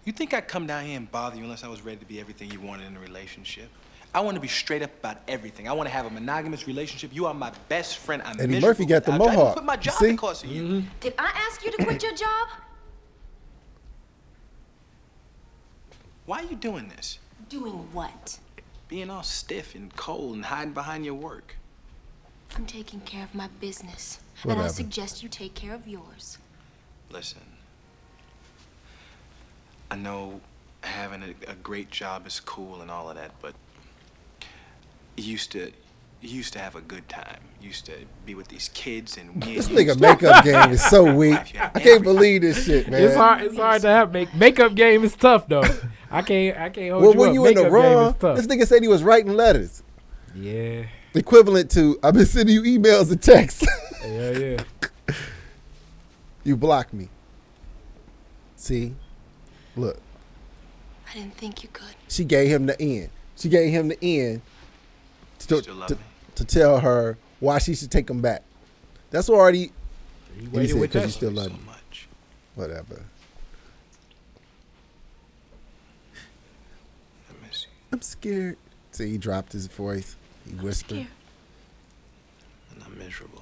Speaker 6: You think I'd come down here and bother you unless I was ready to be everything you wanted in a relationship? I want to be straight up about everything. I want to have a monogamous relationship. You are my best friend. I'm
Speaker 4: Eddie
Speaker 6: miserable
Speaker 4: Murphy got the
Speaker 6: without you. I
Speaker 4: mohawk.
Speaker 6: put my
Speaker 4: You
Speaker 6: job
Speaker 4: see?
Speaker 6: because of you.
Speaker 13: Did I ask you to quit your job?
Speaker 6: Why are you doing this?
Speaker 13: Doing what?
Speaker 6: Being all stiff and cold and hiding behind your work.
Speaker 13: I'm taking care of my business. And I
Speaker 6: Whatever.
Speaker 13: suggest you take care of yours.
Speaker 6: Listen, I know having a, a great job is cool and all of that, but you used to. You used to have a good time. You used to be with these kids and we
Speaker 4: This
Speaker 6: and you
Speaker 4: nigga
Speaker 6: used to-
Speaker 4: makeup game is so weak. I can't believe this shit, man.
Speaker 3: It's hard. It's hard to have make makeup game is tough though. I can't. I can't hold
Speaker 4: Well,
Speaker 3: you
Speaker 4: when
Speaker 3: up.
Speaker 4: you in
Speaker 3: makeup
Speaker 4: the
Speaker 3: game
Speaker 4: wrong,
Speaker 3: is tough.
Speaker 4: this nigga said he was writing letters,
Speaker 3: yeah.
Speaker 4: equivalent to I've been sending you emails and texts.
Speaker 3: Yeah. Yeah.
Speaker 4: you blocked me. See, look,
Speaker 13: I didn't think you could.
Speaker 4: she gave him the end. She gave him the end to,
Speaker 6: Still love
Speaker 4: to,
Speaker 6: me.
Speaker 4: to tell her why she should take him back. That's already.
Speaker 3: He
Speaker 4: and he
Speaker 3: waited
Speaker 4: said,
Speaker 3: with
Speaker 4: "'Cause
Speaker 3: that
Speaker 4: you still
Speaker 3: one
Speaker 4: love
Speaker 3: so
Speaker 4: me." Whatever.
Speaker 6: I miss you,
Speaker 4: I'm scared. See, he dropped his voice. He whispered,
Speaker 6: and I'm miserable.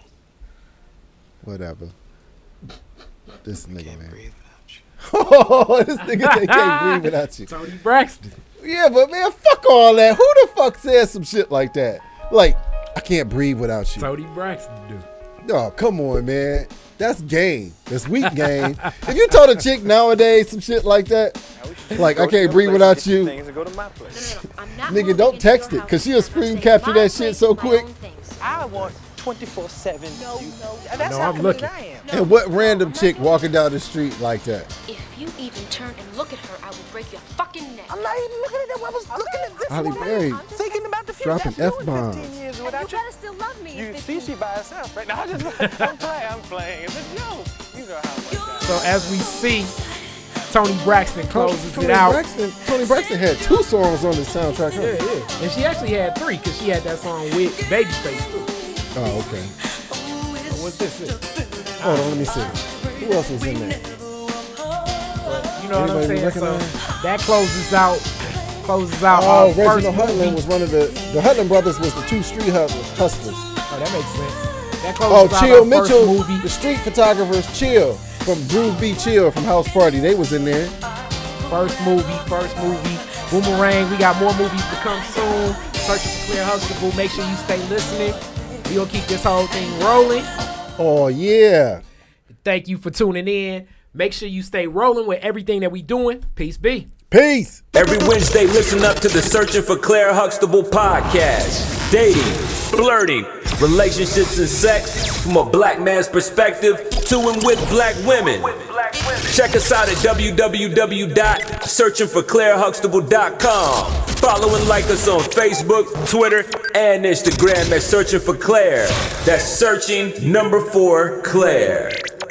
Speaker 4: "Whatever." This nigga, man.
Speaker 6: breathe
Speaker 4: oh, this nigga they can't breathe without you.
Speaker 3: Tony Braxton.
Speaker 4: Yeah, but man, fuck all that. Who the fuck says some shit like that? Like, I can't breathe without you.
Speaker 3: Tony Braxton. Dude.
Speaker 4: Oh, come on, man. That's game. That's weak game. if you told a chick nowadays some shit like that, like I can't breathe without you, nigga, don't text it, cause she'll screen capture that shit so quick.
Speaker 9: I want 24 7. No, no. That's
Speaker 4: No,
Speaker 9: how
Speaker 4: I'm
Speaker 9: committed
Speaker 4: looking.
Speaker 9: I am.
Speaker 4: And what random chick walking down the street like that?
Speaker 13: If you even turn and look at her, I will break your fucking neck.
Speaker 9: I'm not even looking at that. I was looking at this
Speaker 4: Holly
Speaker 9: one.
Speaker 4: Berry
Speaker 9: I'm thinking about the future.
Speaker 4: dropping
Speaker 9: That's
Speaker 4: f
Speaker 9: doing
Speaker 4: bombs.
Speaker 9: 15 years without you. better still love me. You see, she by herself right now. I just, I'm playing. I'm playing. It's a joke. You know how much.
Speaker 3: So as we see, Tony Braxton closes
Speaker 4: Tony
Speaker 3: it out.
Speaker 4: Braxton, Tony Braxton had two songs on the soundtrack.
Speaker 3: Yeah,
Speaker 4: Huh?
Speaker 3: yeah. And she actually had three because she had that song with Babyface too.
Speaker 4: Oh, okay.
Speaker 3: What's this?
Speaker 4: Hold on, let me see. Who else was in there?
Speaker 3: know what I'm
Speaker 4: Anybody
Speaker 3: saying? So
Speaker 4: recognize?
Speaker 3: that closes out closes out Uh, our
Speaker 4: Oh,
Speaker 3: first
Speaker 4: Reginald Hutland was one of the the Hutland brothers was the two street hustlers. hustlers.
Speaker 3: Oh, that makes sense. That
Speaker 4: Oh,
Speaker 3: closes out
Speaker 4: Chill
Speaker 3: our first
Speaker 4: Mitchell, the street photographers Chill from Groove B Chill from House Party. They was in there.
Speaker 3: First movie, first movie, Boomerang. We got more movies to come soon. Search for Clear Huxtable. Make sure you stay listening. We'll keep this whole thing rolling.
Speaker 4: Oh yeah.
Speaker 3: Thank you for tuning in. Make sure you stay rolling with everything that we doing. Peace be.
Speaker 4: Peace.
Speaker 10: Every Wednesday, listen up to the Searching for Claire Huxtable podcast. Dating, flirting, relationships, and sex from a black man's perspective to and with black women. Check us out at www.searchingforclairehuxtable.com. Follow and like us on Facebook, Twitter, and Instagram at Searching for Claire. That's searching number four Claire.